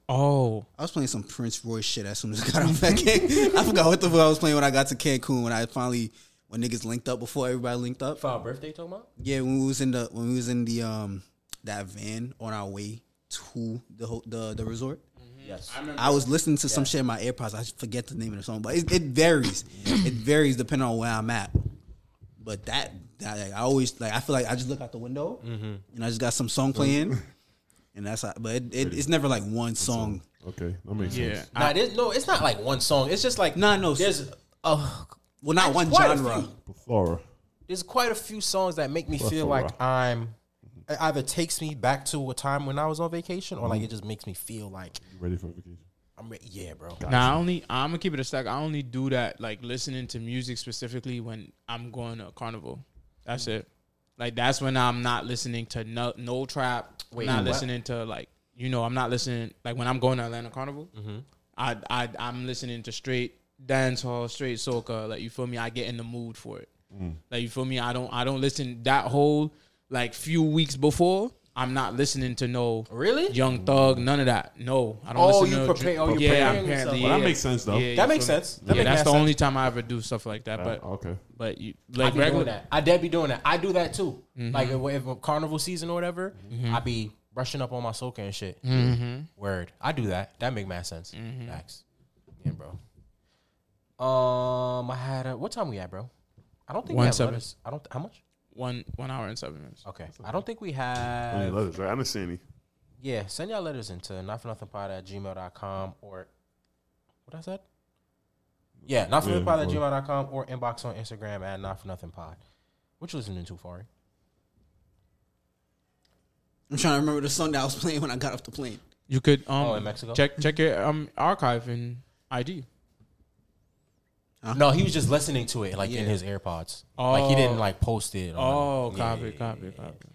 Oh, I was playing some Prince Royce shit as soon as I got off that Cancun. *laughs* I forgot what the fuck I was playing when I got to Cancun when I finally when niggas linked up before everybody linked up. For our birthday, talking about. Yeah, when we was in the when we was in the um that van on our way to the ho- the the resort. Yes, I was listening to some shit in my AirPods. I forget the name of the song, but it, it varies. *clears throat* it varies depending on where I'm at. But that, that like, I always like. I feel like I just look out the window and I just got some song playing, and that's. how- But it, it, it's never like one song. okay, that makes yeah. sense. Nah, this, no, it's not like one song. It's just like Nah, no, There's uh, Well, not one quite a genre. few. Flora. there's quite a few songs that make me feel Plethora. like I'm. It either takes me back to a time when I was on vacation, Mm-hmm. or like it just makes me feel like You ready for vacation? I'm. Re- yeah, bro. Now I only I'm gonna keep it a stack. I only do that like listening to music specifically when I'm going to a carnival. That's Mm. it. Like that's when I'm not listening to no, no trap. Wait, not what? listening to like you know I'm not listening like when I'm going to Atlanta Carnival. Mm-hmm. I I I'm listening to straight dancehall, straight soca. Like you feel me? I get in the mood for it. Mm. Like you feel me? I don't I don't listen that whole like few weeks before. I'm not listening to no Really? Young Thug, none of that. No, I don't. Oh, listen you to prepare- oh, you're yeah, preparing apparently, yourself. yeah. Well, that makes sense, though. Yeah, That makes you feel me? sense. That yeah, makes that's the sense. only time I ever do stuff like that. But Oh, okay. but you I like be doing regular. Mm-hmm. that. I did be doing that. I do that too. Like if, if carnival season or whatever, I be brushing up on my soca and shit. Mm-hmm. Word, I do that. That make mad sense. Facts. Yeah, bro. Um, I had a, what time we at, bro? I don't think we One have seven. letters. I don't. How much? One one hour and seven minutes. Okay, I don't think we Any have. letters, right? I didn't see any. Yeah, send y'all letters into not for nothing pod at gmail.com or what I said? Yeah, not for nothing pod at Yeah, gmail.com or inbox on Instagram at not for nothing pod. What you listening to, Fari? I'm trying to remember the song that I was *laughs* playing when I got off the plane. You could um Oh, in Mexico? check check your um archive and ID. No, he was just listening to it like in Yeah. his AirPods. Like he didn't Oh. like post it. Oh, on- Yeah, copy, yeah, yeah, copy, yeah. copy.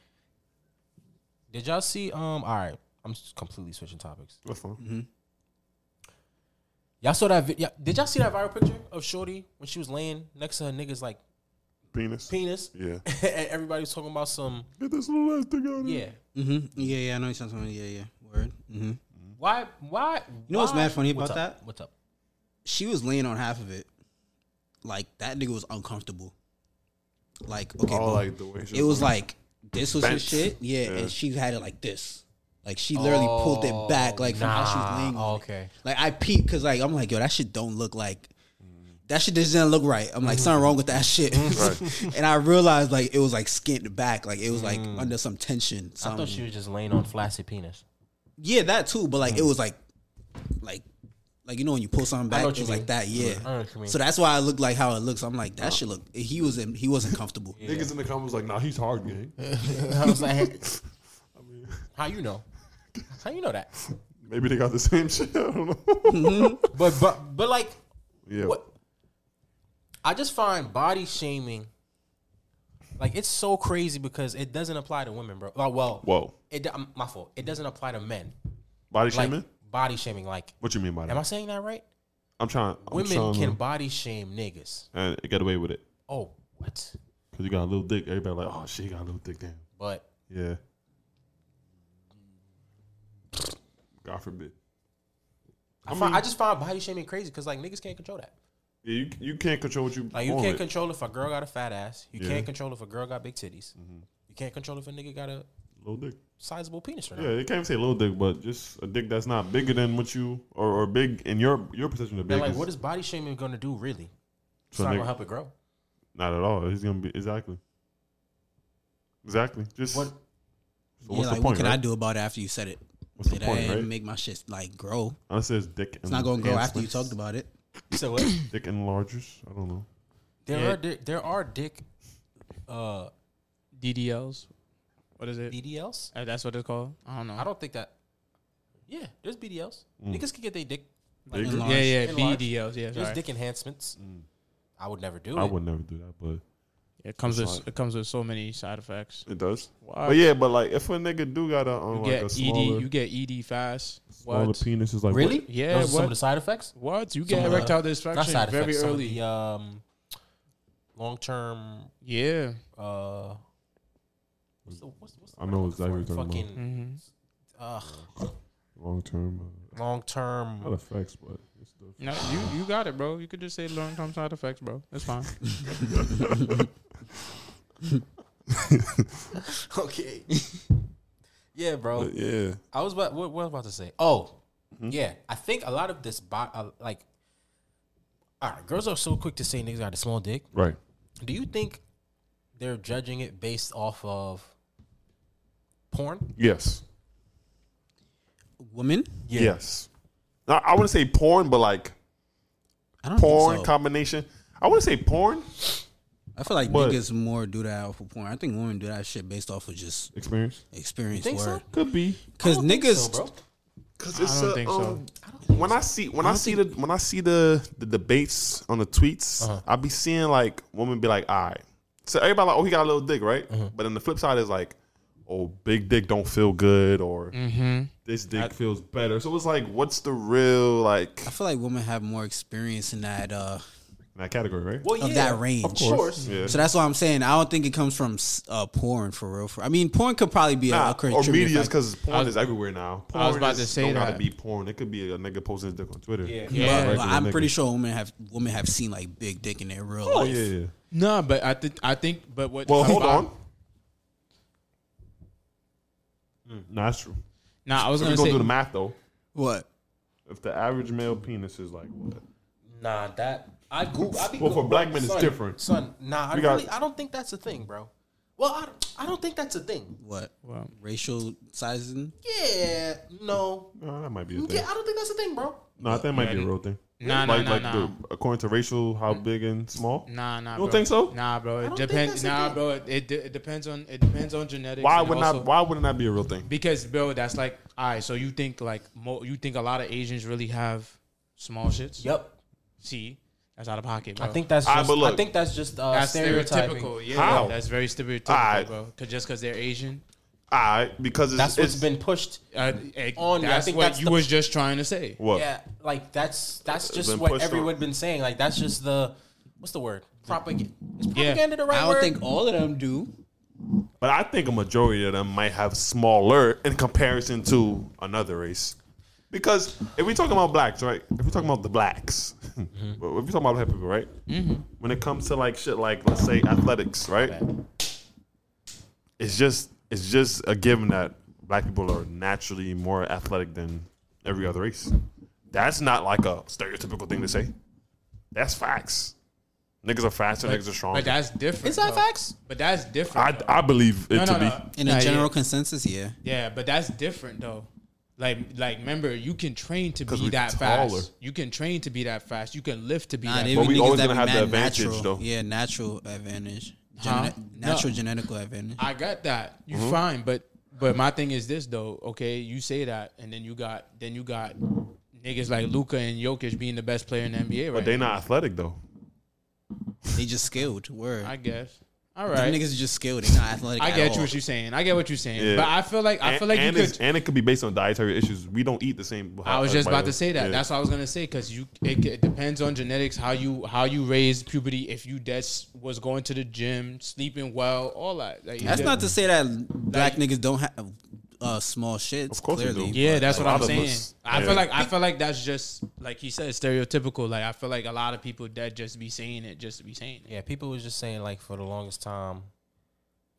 Did y'all see um all right, I'm s- completely switching topics. That's fine. Mm-hmm. Y'all saw that video. Did y'all see that viral picture of Shorty when she was laying next to her niggas like Penis. penis? Yeah. *laughs* and everybody was talking about some Get this little ass thing out of yeah. Mm-hmm. Yeah, yeah, I know you sound familiar. Yeah, yeah. Word. Mm-hmm. You Why why know what's why- mad funny about What's that? up? What's up? She was laying on half of it. Like that nigga was uncomfortable. Like okay, Oh, bro. like the way she it was like this was his Bent. shit. Yeah, Yeah. and she had it like this. Like she literally pulled it back, like from how she was laying. Nah, On it. Oh, okay. Like I peeped because like I'm like yo, that shit don't look like. That shit just didn't look right. I'm like, something wrong with that shit. Mm, *laughs* and I realized like it was like skinned back, like it was like Mm. under some tension. I thought something. she was just laying on flaccid *laughs* penis. Yeah, that too. But like, it was like, like, like you know when you pull something back, Mm. know what it was you mean. like that. Yeah. I know what you mean. Uh. So that's why I look like how it looks. I'm like that shit look. He was in. He wasn't comfortable. Niggas in the comments like, nah, he's hard gang. *laughs* I was like, how you know? How you know that? Maybe they got the same *laughs* shit. I don't know. But but but like yeah. what I just find body shaming like it's so crazy because it doesn't apply to women, bro. Like, well, Whoa. it do- um, my fault. It doesn't apply to men. Body Like shaming? body shaming. Like, What you mean by that? am I saying that right? I'm trying. I'm Women trying can to- body shame niggas. and get away with it Oh, what? because you got a little dick. Everybody like, oh, she got a little dick. Damn. But Yeah. God forbid. I, find, I just find body shaming crazy because like niggas can't control that. Yeah, you you can't control what you Like you want can't it. control if a girl got a fat ass. You Yeah. Mm-hmm. can't control if a girl got big titties. You can't control if a nigga got a little dick. sizable penis or not. Yeah, you can't say little dick, but just a dick that's not bigger than what you or, or big in your your position of big. And like, what is body shaming gonna do really? It's So not nigga- gonna help it grow. not at all. He's gonna be exactly, exactly. Just What? so Yeah, what's like the what point? can I right? do about it after you said it? What's the Did point, I right? Mm-hmm. make my shit like grow? Unless there's dick. It's not gonna grow after you talked about it. You *coughs* said what? dick enlargers. I don't know. there Yeah. are di- there are dick uh DDLs. What is it? BDLs. Uh, that's what it's called. I don't know. I don't think that. Yeah, there's BDLs. Mm. Niggas can get their dick. Bigger? enlarged. yeah, yeah, Enlarged. BDLs. Yeah, There's sorry. dick enhancements. I would never do it. Mm. I would never do that, but It comes It's with like- it comes with so many side effects. it does. Why? But yeah, but like if a nigga do got a um, You like get a ED. smaller, You get ED fast. smaller What? penis is like Really? what- Yeah, Those are some what? of the side effects. What? You Some get of the- erectile Not dysfunction side very effects. some of early. the, um, long term. Yeah. Uh, what's the, what's, what's the I know word I'm exactly looking for? what you're Mm-hmm. Fucking. long term uh, long not term. effects, but it's the No, you you got it, bro. You could just say long term side effects, bro. That's *laughs* fine. *laughs* okay. yeah, bro. Oh. but yeah. Hmm? I was about what, what I was about to say. Oh, yeah. I think a lot of this bo- uh, like, all right, girls are so quick to say niggas got a small dick. Right. Do you think they're judging it based off of porn? Yes. Women? Yes. Now, I wouldn't say porn, but like I don't porn think so. combination. I wouldn't say porn I feel like What? niggas more do that off of porn. I think women do that shit based off of just experience. experience Think so? word. Could be Because niggas, So, bro. because it's don't a, think so. um, when I see when I, see the when I see the the debates on the tweets, Uh-huh. I be seeing like women be like, "All right," so everybody like, "Oh, he got a little dick, right?" Uh-huh. But then the flip side is like, "Oh, big dick don't feel good," or Mm-hmm. "This dick feels better." So it's like, what's the real like I feel like women have more experience in that uh in that category, right? Well, of yeah, that range. Of course. Yeah. So that's what I'm saying. I don't think it comes from s- uh, porn for real. For I mean, porn could probably be a, Nah, a crit- or trivia media factor. because porn is everywhere now. Porn I was about is- to say don't gotta that. be porn. It could be a nigga posting his dick on Twitter. Yeah. But- Yeah. but, I'm Regular pretty nigga. sure women have women have seen like big dick in their real Oh life. yeah, yeah. no, but I think I think but what Well, I'm hold about- on. Nah, that's true. Nah, I was If we gonna gonna say do the math though, What? if the average male penis is like what? Nah, that I Google. I be Well, for Goog- black men, it's son, different. Son, nah, I We got- really, I don't think that's a thing, bro. Well, I, don't- I don't think that's a thing. What? Well- Racial sizing? Yeah, no. No, that might be a thing. Yeah, I don't think that's a thing, bro. No, I think it might be a real thing. Nah, nah, like, nah, like nah. The, according to racial, how big and small? Nah, nah. You don't think so? Nah, bro. It don't think depends. that's a Nah, thing. bro. It, it, it depends on it depends on genetics. Why and would also- not? Why wouldn't that be a real thing? Because bro, that's like all right. So you think like mo- you think a lot of Asians really have small shits? Yep. See, that's out of pocket. Bro. I think that's Ah, just. but look. I think that's just uh, that's stereotyping. stereotypical. Yeah, How? that's very stereotypical, Alright. bro. Cause just because they're Asian, All right, because it's, That's it's what's been pushed. uh, eh, On- I that's think what that's you the- was just trying to say. what Yeah, like that's that's It's just been what pushed everyone on. been saying. Like that's just the what's the word? Propaganda. Is Yeah. propaganda the right I don't word? think all of them do. But I think a majority of them might have smaller in comparison to another race. Because if we're talking about blacks, right? If we're talking about the blacks, *laughs* well, if we're talking about black people, right? Mm-hmm. When it comes to like shit, like let's say athletics, right? It's just it's just a given that black people are naturally more athletic than every other race. That's not like a stereotypical thing to say. That's facts. Niggas are faster. niggas are stronger. But that's different. Is that bro. facts? But that's different. I, bro. I believe it no, to no, be. no. In a Nah, general yeah. consensus, yeah. Yeah, but that's different though. Like, like, remember, you can train to 'Cause be we that taller. fast. You can train to be that fast. You can lift to be Nah, that. they fast. But we niggas always that gonna be have the mad advantage, natural. though. Yeah, natural advantage. Gene- Huh? Natural No. genetical advantage. Mm-hmm. I got that. You fine, but But my thing is this though, okay, you say that, and then you got then you got niggas like Luca and Jokic being the best player in the NBA right But they not athletic though. They just skilled. Word. now. I guess. All Them right. Niggas are just skilled. They not athletic. I at get all. you what you're saying. I get what you're saying. Yeah. But I feel like I And- feel like you and, could it's- and it could be based on dietary issues. We don't eat the same. I was everybody just about to else. say that. Yeah. That's what I was gonna say because you it, it depends on genetics how you how you raise puberty if you that's was going to the gym sleeping well all that. Like, That's yeah. not to say that black niggas don't have uh, small shits. Of course they clearly. do. Yeah, that's A what lot I'm of saying. us- I yeah. feel like I feel like that's just like he said stereotypical. Like I feel like a lot of people that just be saying it just to be saying it. Yeah, people was just saying like for the longest time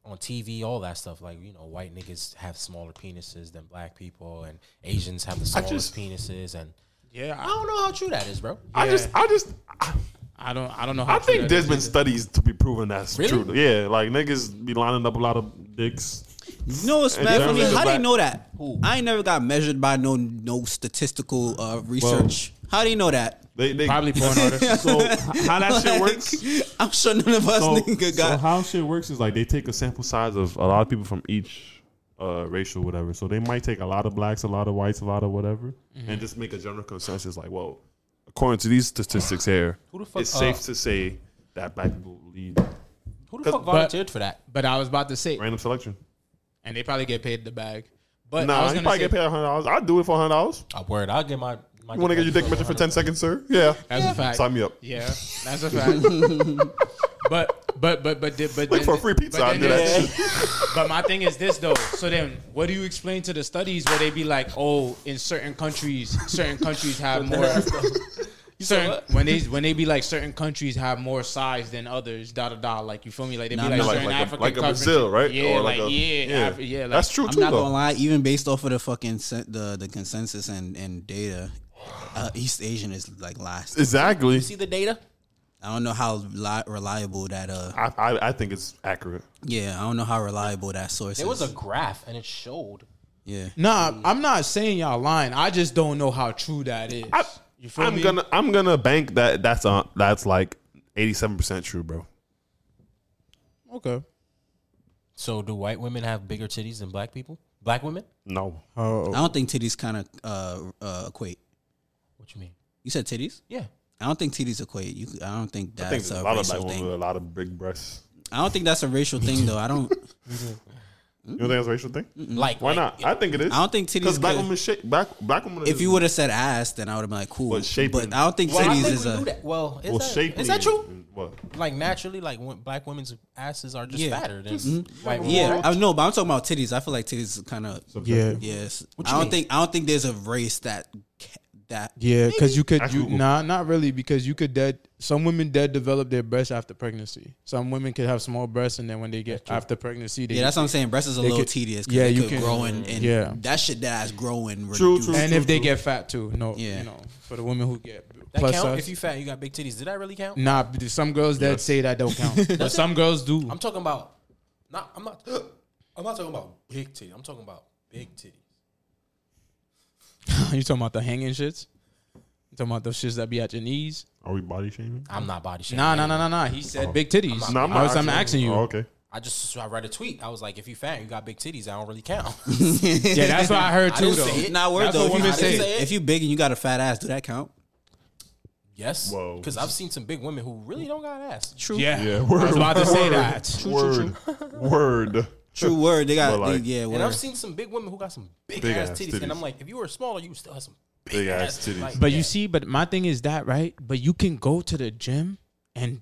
on TV, all that stuff. Like you know, white niggas have smaller penises than black people, and Asians have the smallest just- penises. And Yeah, I don't know how true that is, bro. I just, I just, I, I don't I don't know. How I true think that there's is been either. studies to be proven that's Really? true. Yeah, like niggas be lining up a lot of dicks. You know what's And bad for Germans me? are How do you black. know that? I ain't never got measured by no no statistical uh, research. How do you know that? *laughs* They, they *laughs* probably porn artists. So h- how that shit *laughs* works? I'm sure none of us So, nigga so got. how shit works is like they take a sample size of a lot of people from each uh, racial whatever. So they might take a lot of blacks, a lot of whites, a lot of whatever, Mm-hmm. and just make a general consensus like, well, according to these statistics here, Who the fuck- it's safe uh, to say that black people lead Who the fuck but- volunteered for that? But I was about to say, random selection. and they probably get paid the bag. But I Nah, was you gonna probably say, get paid hundred dollars. I'd do it for hundred dollars. A word. I'll get my. my You want to get your dick measured for ten seconds, sir? Yeah, That's a fact. sign me up. Yeah, that's a fact. but but but but but Like for a free pizza, I But, do then that. there's- *laughs* but my thing is this though. So then, what do you explain to the studies where they be like, oh, in certain countries, certain countries have more. Certain, when they when they be like certain countries have more size than others, da da da. Like you feel me? Like they be Nah, like, nah. certain Like a- African like a countries- Brazil, right? Yeah, Or like, like a- yeah, yeah. Af- yeah. Like, That's true I'm too, not though. gonna lie. Even based off of the fucking sen- the the consensus and and data, uh, East Asian is like last. Exactly. See the data? I don't know how li- reliable that. Uh, I, I I think it's accurate. yeah, I don't know how reliable that source. There was a is. graph, and it showed. yeah. Nah, I'm not saying y'all lying. I just don't know how true that is. I, you feel I'm me? gonna I'm gonna bank that that's uh that's like 87 percent true, bro. okay. So do white women have bigger titties than black people? Black women? No, I don't think titties kind of uh, uh, equate. What you mean? You said titties. Yeah. I don't think titties equate. You, I don't think I think that's there's a a lot of black racial women thing. with a lot of big breasts. I don't think that's a racial thing though. I don't. *laughs* You don't think that's a racial thing? Like Why like, not? I think it is. I don't think titties because black could- women shape black black women. If you would have said ass, then I would have been like, cool. But But, shaping- I don't think Well, I titties think is we do a. that. Well, is, well, that, shapely is that true? and- What? Like naturally, like when black women's asses are just Yeah. fatter than white women. Yeah, I know, but I'm talking about titties. I feel like titties is kind of Yeah. yes. I don't think I don't think there's a race that ca- that Yeah, because you could Ask you Google. nah, not really because you could dead. Some women dead develop their breasts after pregnancy. Some women could have small breasts, and then when they get after pregnancy, they yeah. That's what I'm saying. Breasts is a They little could- tedious. 'cause yeah, they you could can- grow and, and yeah. that shit that's growing. True, reduced. true. and if they get fat too, no, Yeah. you know, for the women who get That plus count? size, If you fat, you got big titties. Did that really count? nah, but some girls that say that *laughs* don't count, but some girls do. I'm talking about not. I'm not. *gasps* I'm not talking about big titty. I'm talking about big titty. *laughs* you talking about the hanging shits? You talking about those shits that be at your knees? Are we body shaming? I'm not body shaming. Nah, nah, nah, nah, nah. He said big titties. No, i was, Oh. I'm asking you. Oh, okay. I just I read a tweet. I was like, if you fat, you got big titties. I don't really count. *laughs* Yeah, that's what I heard I too, didn't though. say it. Not word That's though. what If you, women say. if, if you big and you got a fat ass, do *laughs* that count? yes, Whoa. because I've seen some big women who really don't got ass. True. Yeah, Yeah, I was word, about to say word, that. Word, *laughs* word. True word. They got But, like- they- yeah. And I've Word. seen some big women who got some big, Big ass, ass titties. titties. and I'm like, if you were smaller, you still have some big, Big ass, ass titties. Like, But yeah. you see, but my thing is that right. But you can go to the gym and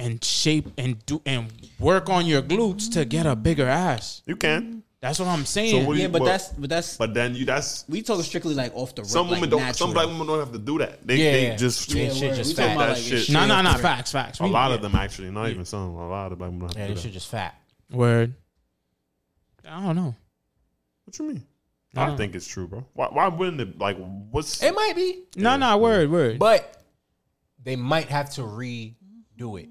and shape and do and work on your glutes to get a bigger ass. You can, That's what I'm saying. So what do Yeah, you- but that's but that's but then you that's we talking strictly like off the. some rip, like women don't. natural. Some black women don't have to do that. They Yeah, yeah. they just Yeah, shit word. just We talking fat. about, That like, shit. it's no, straight no, off no. the rip. Facts, facts. a lot of them actually, not even some. A lot of black women don't have yeah, to they do should that. just fat. word. I don't know. What you mean? I think it's true, bro. Why, why wouldn't it? Like, what's It might be, No, no. Word, word. but they might have to redo it.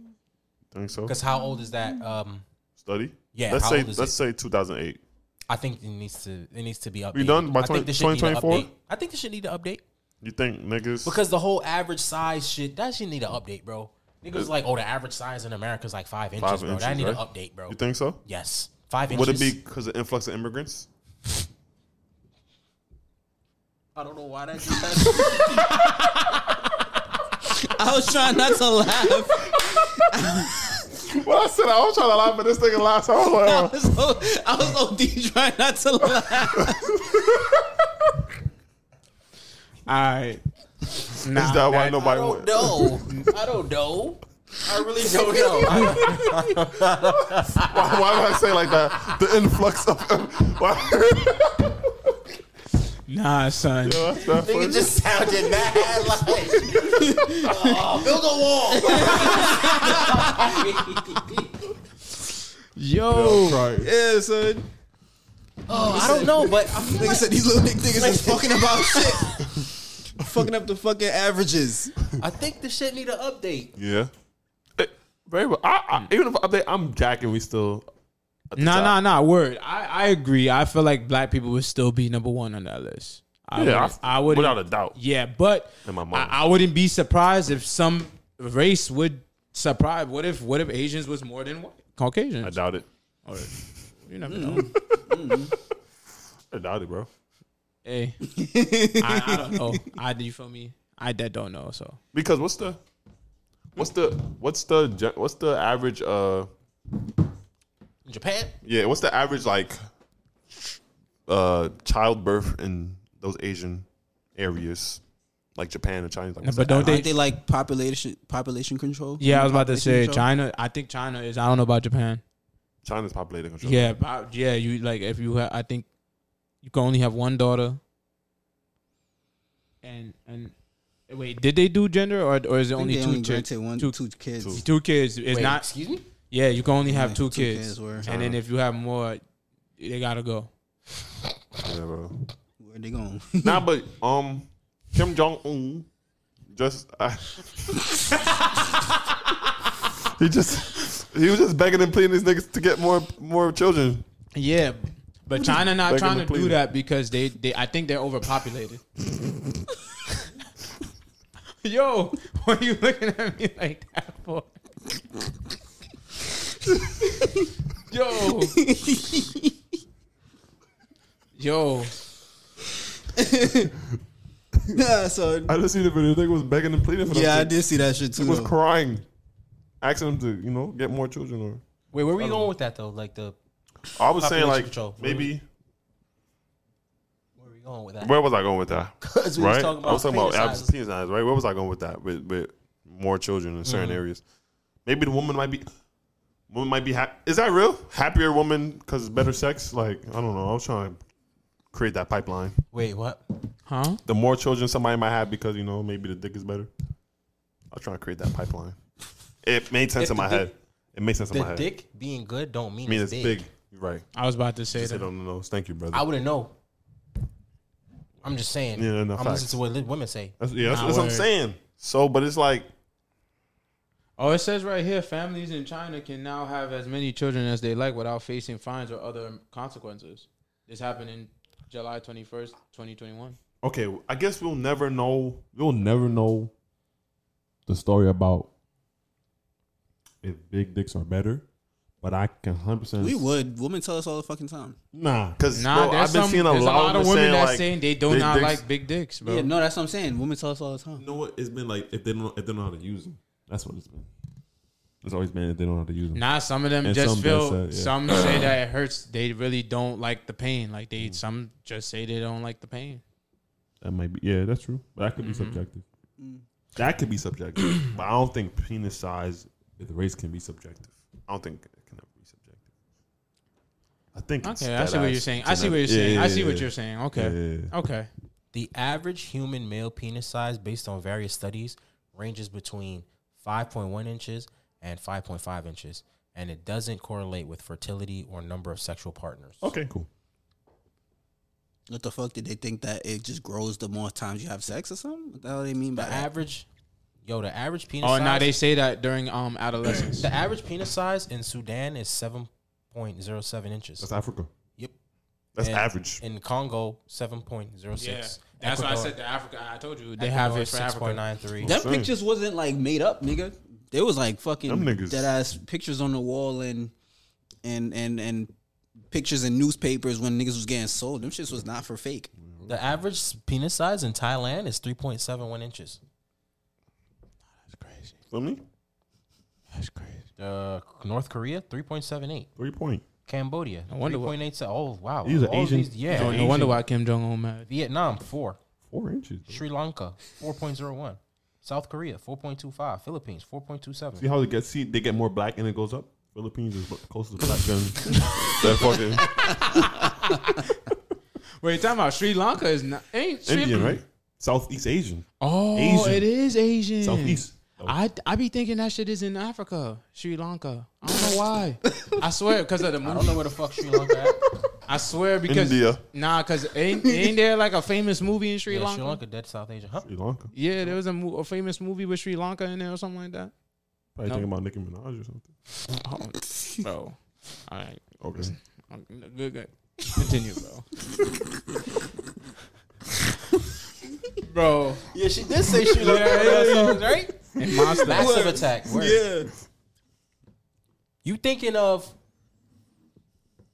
think so? Because how old is that? Um, Study. Yeah, Let's how say old is let's it? say 2008. I think it needs to it needs to be updated. We done by I think 20- this should need an 2024? update. I think this should need an update You think niggas? because the whole average size shit that should need an update, bro. Niggas like, oh, the average size in America is like five inches, Uh, Five bro. inches, that need right? an update, bro. you think so? yes, Five inches. Would it be because of influx of immigrants? *laughs* I don't know why that. *laughs* Just I was trying not to laugh. Well, I said I was trying to laugh, but this nigga laughed. So I was like, *laughs* I oh. was, so, I was OD trying not to *laughs* laugh. All *laughs* right. is that why nobody don't went? know. I don't know. I really don't *laughs* know. Why, why would I say like that? The influx of. *laughs* why? Nah, son. That's not funny. Nigga just sounded mad like. Oh, *laughs* build a wall. *laughs* Yo. Yeah, son. oh, I don't know, but *laughs* I feel Nigga like said these little dick niggas is fucking *laughs* about shit. *laughs* fucking up the fucking averages. I think the shit need an update. Yeah. Eh, Very well. I, I, even if I think I'm jacking, we still. Nah, nah, nah. Word. I, I agree. I feel like black people would still be number one on that list. I Yeah, wouldn't- I, I would. without a doubt. Yeah, but In my I, mind. I wouldn't be surprised if some race would surprise. What if what if Asians was more than white I Caucasians? doubt it. You never Hmm. know. I doubt it, bro. *laughs* hey, I, I don't know. I do you feel me? I that don't know. So Because what's the, what's the, what's the, gen- what's the average? Uh, Japan? yeah, what's the average like? Uh, childbirth in those Asian areas, like Japan and China. Like, what's but that don't average? Aren't they like population population control? yeah, I was about to Population say control? China. I think China is. I don't know about Japan. China's populated control? Yeah, about, yeah. You like if you ha- I think you can only have one daughter. And and wait, did they do gender or or is it I think only they two only chicks? granted one, two- two, kids. Two kids. It's Wait, not. Excuse me? Yeah, you can only have Yeah, two, two kids. kids were- and then if you have more, they gotta go. Yeah, bro. Where they going? nah, but um, Kim Jong Un just *laughs* I, he just he was just begging and pleading these niggas to get more more children. Yeah, but China not Begging trying to to please. do that because they, they I think they're overpopulated. *laughs* Yo, what are you looking at me like that for? *laughs* Yo. Yo, nah, *laughs* so I just seen the video. The nigga was begging and pleading for them yeah, I to- did see that shit too. He was though. crying, asking them to you know get more children. Or Wait, where are we going with that though? Like the I was saying Population like control. maybe where are we going with that? where was I going with *laughs* that? 'Cause we was right, talking I was about talking about penis abs- sizes. penis size. Right, where was I going with that? With with more children in Mm-hmm. certain areas, maybe the woman might be. Woman might be ha- is that real? Happier woman because better sex? Like I don't know. I was trying to create that pipeline. Wait, what? huh? The more children somebody might have because you know maybe the dick is better. I'm trying to create that pipeline. It made sense If in the my dick- head. It made sense in The my head. dick being good don't mean, I mean, it's, it's big. You're right. I was about to say Sit that. on the nose. Thank you, brother. I wouldn't know. I'm just saying. Yeah, no, I'm facts. listening to what li- women say. That's, yeah, that's, that's what I'm word. saying. So, but it's like Oh, it says right here, families in China can now have as many children as they like without facing fines or other consequences. This happened in July twenty first, twenty twenty one. okay, I guess we'll never know. We'll never know the story about if big dicks are better. But I can hundred percent. We would. Women tell us all the fucking time. nah, because Nah, I've there's, been some, seeing a there's lot, of women saying, that's like, saying they do big not dicks- like big dicks, bro. Yeah, no, that's what I'm saying. Women tell us all the time. You know what? It's been like if they don't if they don't know how to use them. That's what it's been. It's always been if they don't know how to use them. Nah, some of them And just some feel. does that, yeah. Mm. *clears throat* Some say that it hurts. They really don't like the pain. Like they, some just say they don't like the pain. That might be yeah, that's true. But that could be Mm-hmm. subjective. That could be *clears throat* subjective. but I don't think penis size the race can be subjective. I don't think it can ever be subjective. I think it's Okay, I see dead what you're ass saying. I see what you're genetic- saying. Yeah, I yeah, see what yeah. you're saying. Okay, Yeah. okay. The average human male penis size, based on various studies, ranges between 5.1 inches and 5.5 inches, and it doesn't correlate with fertility or number of sexual partners. Okay, cool. What the fuck did they think that it just grows the more times you have sex or something? What the hell they mean by The that? average, yo, the average penis. Oh, size, now they say that during *clears throat* um adolescence. The average penis size in Sudan is 7.07 inches. That's Africa. Yep. That's And average. In Congo, 7.06. yeah, that's why I Ecuador- said the Africa. I told you they Ecuador, have it for Africa. 6.93. Them saying. pictures wasn't like made up, nigga. There was like fucking Them niggas. dead ass pictures on the wall and and and and pictures in newspapers when niggas was getting sold. Them shits was not for fake. The average penis size in Thailand is 3.71 inches. That's crazy. Feel me? That's crazy. Uh, North Korea, 3.78. Three point. Cambodia, wonder what- 3.87. Oh, wow. These are All Asian- These, yeah. No wonder why Kim Jong Un mad. Vietnam, 4. Four inches. bro. Sri Lanka, 4.01. South Korea, 4.25. Philippines, 4.27. See how they get see they get more black and it goes up. Philippines is close to black *laughs* than that fucking Wait, time out. Sri Lanka is not ain't Sri- Indian, right? Southeast Asian, Oh, Asian. it is Asian. Southeast. I I be thinking that shit is in Africa, Sri Lanka. I don't know why. *laughs* I swear because of the I don't know movie. where the fuck *laughs* Sri Lanka at. I swear because India. Nah, because ain't ain't there like a famous movie in Sri Yeah, Lanka? Sri Lanka, dead South Asia. Huh? Sri Lanka. Yeah, there was a, mo- a famous movie with Sri Lanka in there or something like that. Probably No. thinking about Nicki Minaj or something. *laughs* Oh, bro. All right. Okay. Um, Good, good. Continue, bro. bro. Yeah, she did say Sri Lanka. right? And monster. Massive attack. Word. Yeah. You thinking of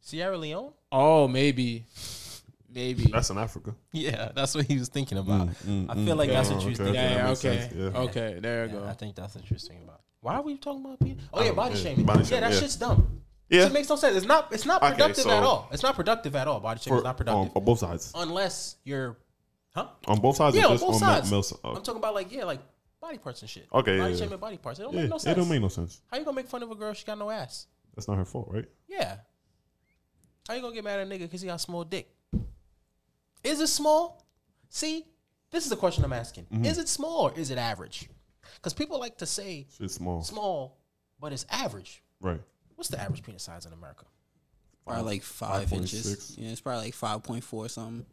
Sierra Leone? Oh, maybe. Maybe. That's in Africa. Yeah, that's what he was thinking about. I feel like that's what you was okay. thinking. yeah, that yeah, makes okay. sense, yeah. Okay, there you I go. think that's what you was thinking about. Why are we talking about penis? Oh yeah, body yeah, shaming. body yeah, shaming, that yeah. shit's dumb. Yeah. It makes no sense. It's not. It's not Okay, productive at so- all. It's not productive at all. Body shaming is For- um, not productive on, on both sides. unless you're, huh? On both sides. Yeah, or on just both male- sides. male si- oh, I'm talking about like yeah, like body parts and shit. Okay, body yeah, shaming body parts. It don't yeah, make no It sense. don't make no sense. How you gonna make fun of a girl? She got no ass. That's not her fault, right? Yeah. How you gonna get mad at a nigga because he got small dick? Is it small? See, this is the question I'm asking. Mm-hmm. Is it small or is it average? Because people like to say Shit's small. small, but it's average. Right. What's the average penis size in America? Probably like five 5.6. inches. Yeah, it's probably like five point four something.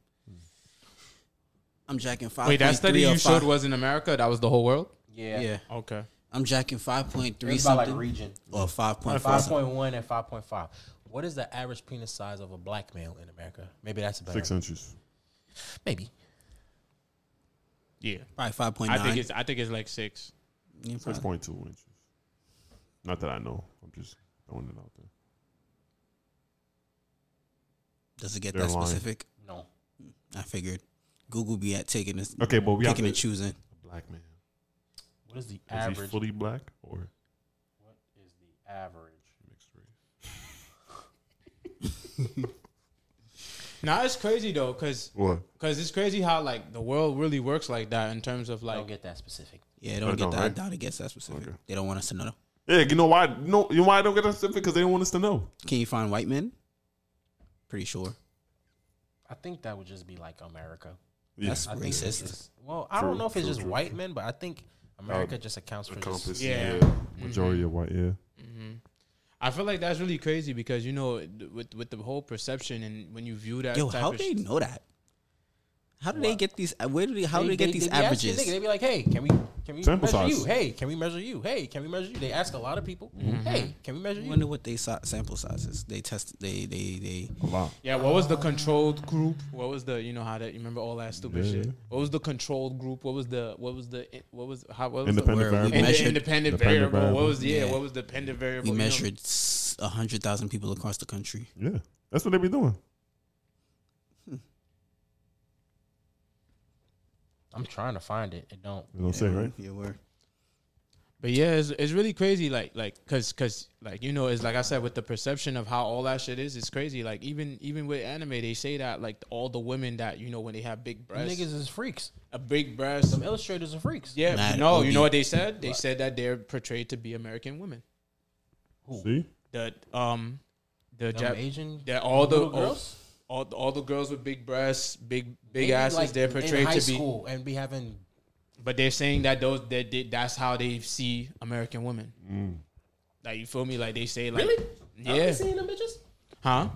I'm jacking five. Wait, that study you showed five, was in America? That was the whole world? yeah. Okay. I'm jacking five point three It's about something like region. or five point Five five. point one and five point five. What is the average penis size of a black male in America? Maybe that's a better. Six inches. Maybe. Yeah. Probably five point I nine. think it's I think it's like six. Yeah, Six probably. point two inches. Not that I know. I'm just throwing it out there. Does it get They're that lying. specific? No. I figured Google be at taking this, Okay, but we have picking and to, choosing. black man. What is the Is average? he fully black or what is the average? mixed race? Now it's crazy though, cause What? Cause it's crazy how like the world really works like that in terms of I like don't get that specific. Yeah, don't They get don't, that. I right? doubt it gets that specific. They don't want us to know. Yeah, you know why? No, you know why I don't get that specific because they don't want us to know. Can you find white men? Pretty sure. I think that would just be like America. That's I think it's racist. just, well, I don't True, know if it's true, just true, Um, white men, but I think America just accounts for Compass, just Yeah. Mm-hmm. Majority of white. Yeah. I feel like that's really crazy because you know with with the whole perception and when you view that Yo, type how of they sh- know that? How do they get these? Where do they? How do they, get these be asking averages? niggas, They be like, "Hey, can we can we Sample measure size. you? Hey, can we measure you? Hey, can we measure you?" They ask a lot of people. Mm. Hey, can we measure I you? wonder what they sa- sample sizes. They test. They they they. yeah what was the controlled group what was the you know how that you remember all that stupid Yeah. shit what was the controlled group what was the what was the what was how what was Independent Where we the, variable. and the measured- independent Dependent variable. what variable. was yeah, Yeah. what was dependent variable Oh, you We know? measured a hundred thousand people across the country. Yeah, that's what they be doing. I'm trying to find it. It don't. You know what I'm saying, right? Yeah, we're But yeah, it's, it's really crazy. Like like cause cause like you know, it's like I said with the perception of how all that shit is, it's crazy. Like even even with anime, they say that like all the women that you know when they have big breasts, Niggas is freaks. a big breast. Some illustrators are freaks. Yeah, Mad no, OD. you know what they said? They said that they're portrayed to be American women. See, The um, the Them Jap- Asian. that all the little all, girls. all all the girls with big breasts, big big They be, asses, like, they're in portrayed high to be. school and be having But they're saying that those that they, that's how they see American women. Like you feel me? Like they say like really. Are we yeah, seeing them bitches? huh?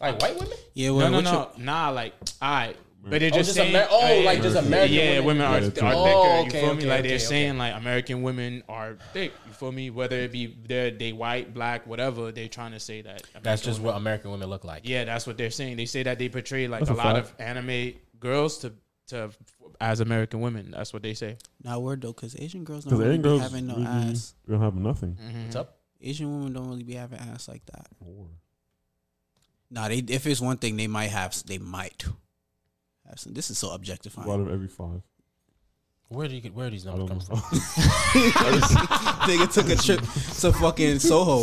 Like white women? yeah. No, Well, no, what no, your- nah. Like all right, but they're just, just saying Amer- oh, like just yeah, American yeah, women. women are, are Yeah, thicker. they're Oh, you okay, feel me? okay, Like they're okay, saying like American women are thick. You feel me? Whether it be they're they white, black, whatever, they're trying to say that. That's American just women- what American women look like. Yeah, that's what they're saying. They say that they portray like That's a a lot of fact. anime girls to to as American women. That's what they say. not word though, because Asian girls don't because really Asian girls be having no really ass. don't have nothing. Mm-hmm. What's up? Asian women don't really be having ass like that. Or Nah, they, if it's one thing they might have, they might have some. This is so objectifying. One out of every five. Where do you get where these numbers come from? *laughs* Nigga took a trip to fucking Soho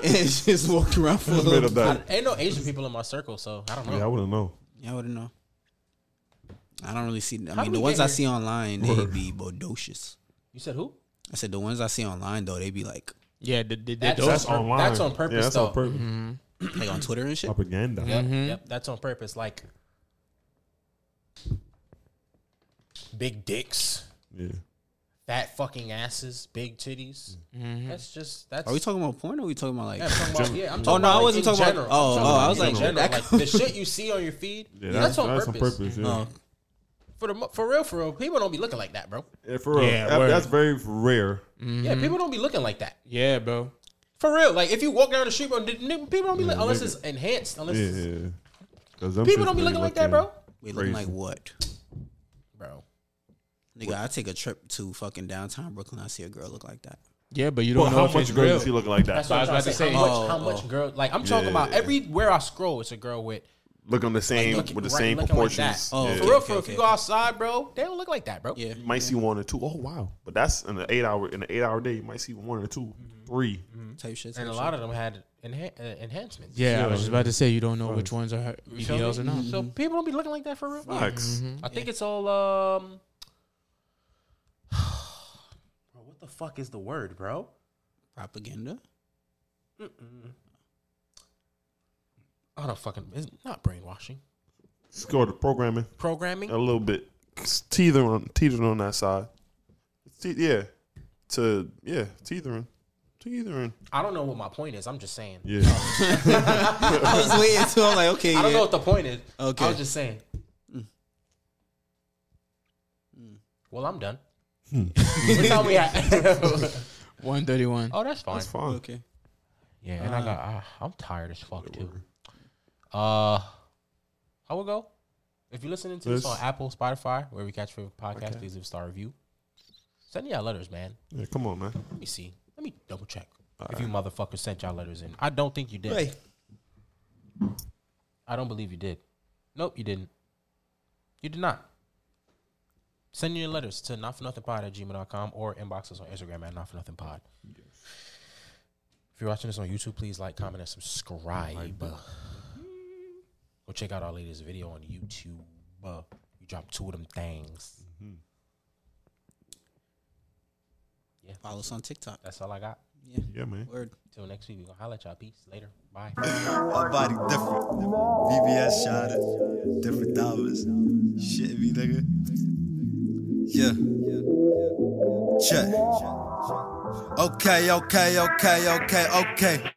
*laughs* and just walked around for *laughs* a Made little up *laughs* bit. that. Ain't no Asian people in my circle, so I don't know. Yeah, I wouldn't know. Yeah, I wouldn't know. I don't really see. I we mean, the get ones I here? see online, they be bodacious. You said who? I said the ones I see online though, they be like Yeah, the, the, the That's- dope. That's on pur- online. that's on purpose, Yeah, that's though. Mm-hmm. on purpose. like on Twitter *clears throat* and shit. Propaganda. Yep, yep, that's on purpose. Like big dicks, Yeah. fat fucking asses, big titties. That's just that's. Are we talking about porn? or Are we talking about like? Yeah, I'm *laughs* talking about, yeah, I'm Oh talking no, about, I like, wasn't in talking about. general. Oh, I'm talking oh, I about was in like, general, that like, the shit you see on your feed. Yeah, that's, on, that's purpose. Uh-huh. Yeah. Oh, For the mo- for real, for real, people don't be looking like that, bro. Yeah, for real. Yeah, That- word. that's very rare. Mm-hmm. Yeah, people don't be looking like that. Yeah, bro. For real, like if you walk down the street, bro, n- n- people don't be like unless it's enhanced. Unless Yeah. it's- yeah. 'Cause them people shits don't be really looking like that, bro. wait, looking Crazy. like what? Bro, Nigga, I take a trip to fucking downtown Brooklyn. I see a girl look like that. Yeah, but you don't Well, know how if it's much girl real. you see looking like that? that's what I was about to say. How much, Oh, how much girl? Like I'm talking about everywhere I scroll, it's a girl with Looking the same looking- with the right, same looking like that. proportions. Oh, yeah. For real, Okay, for real, if okay, you go okay. outside, bro, they don't look like that, bro. Yeah. You might see one or two. Oh wow! But that's in an eight hour in an eight hour day. You might see one or 2 three. Type shit. And a lot of them had enha- uh, enhancements. Yeah, I was just about to say you don't know which ones are her You feel me? BBLs or not. So people don't be looking like that for real. Facts. I think it's all um *sighs* Bro, what the fuck is the word, bro? propaganda. *laughs* I don't fucking it's not brainwashing. Let's go to programming Programming? a little bit. It's teetering on teetering on that side. It's te- yeah, to yeah teetering, teetering. I don't know what my point is. I'm just saying. Yeah, I was waiting until I'm like, okay, I don't know yeah. what the point is. Okay. Mm. I was just saying. Mm. Well, I'm done. Hmm. what time we *laughs* at? One thirty one. *laughs* oh, that's fine. it's fine. Okay. Yeah, and I got I, I'm tired as fuck too. Uh, I will go. If you're listening to this on This- Apple, Spotify, where we catch favorite podcast, please leave a star review. Send y'all letters, man. Yeah, come on, man. Let me see. Let me double check if you motherfuckers sent y'all letters in. I don't think you did. Hey, I don't believe you did. Nope, you didn't. You did not. Send your letters to notfornothingpod at gmail.com or inbox us on Instagram at notfornothingpod. If you're watching this on YouTube, please like, comment, and subscribe. Go check out our latest video on YouTube. Uh, We dropped two of them things. follow us on TikTok. That's all I got. Yeah, man. Word. Till next week, we're going to holla at y'all. Peace. Later. Bye. My body different. VVS shot it. Different dollars. Shit me, nigga. Yeah. Check. Okay, okay, okay, okay, okay.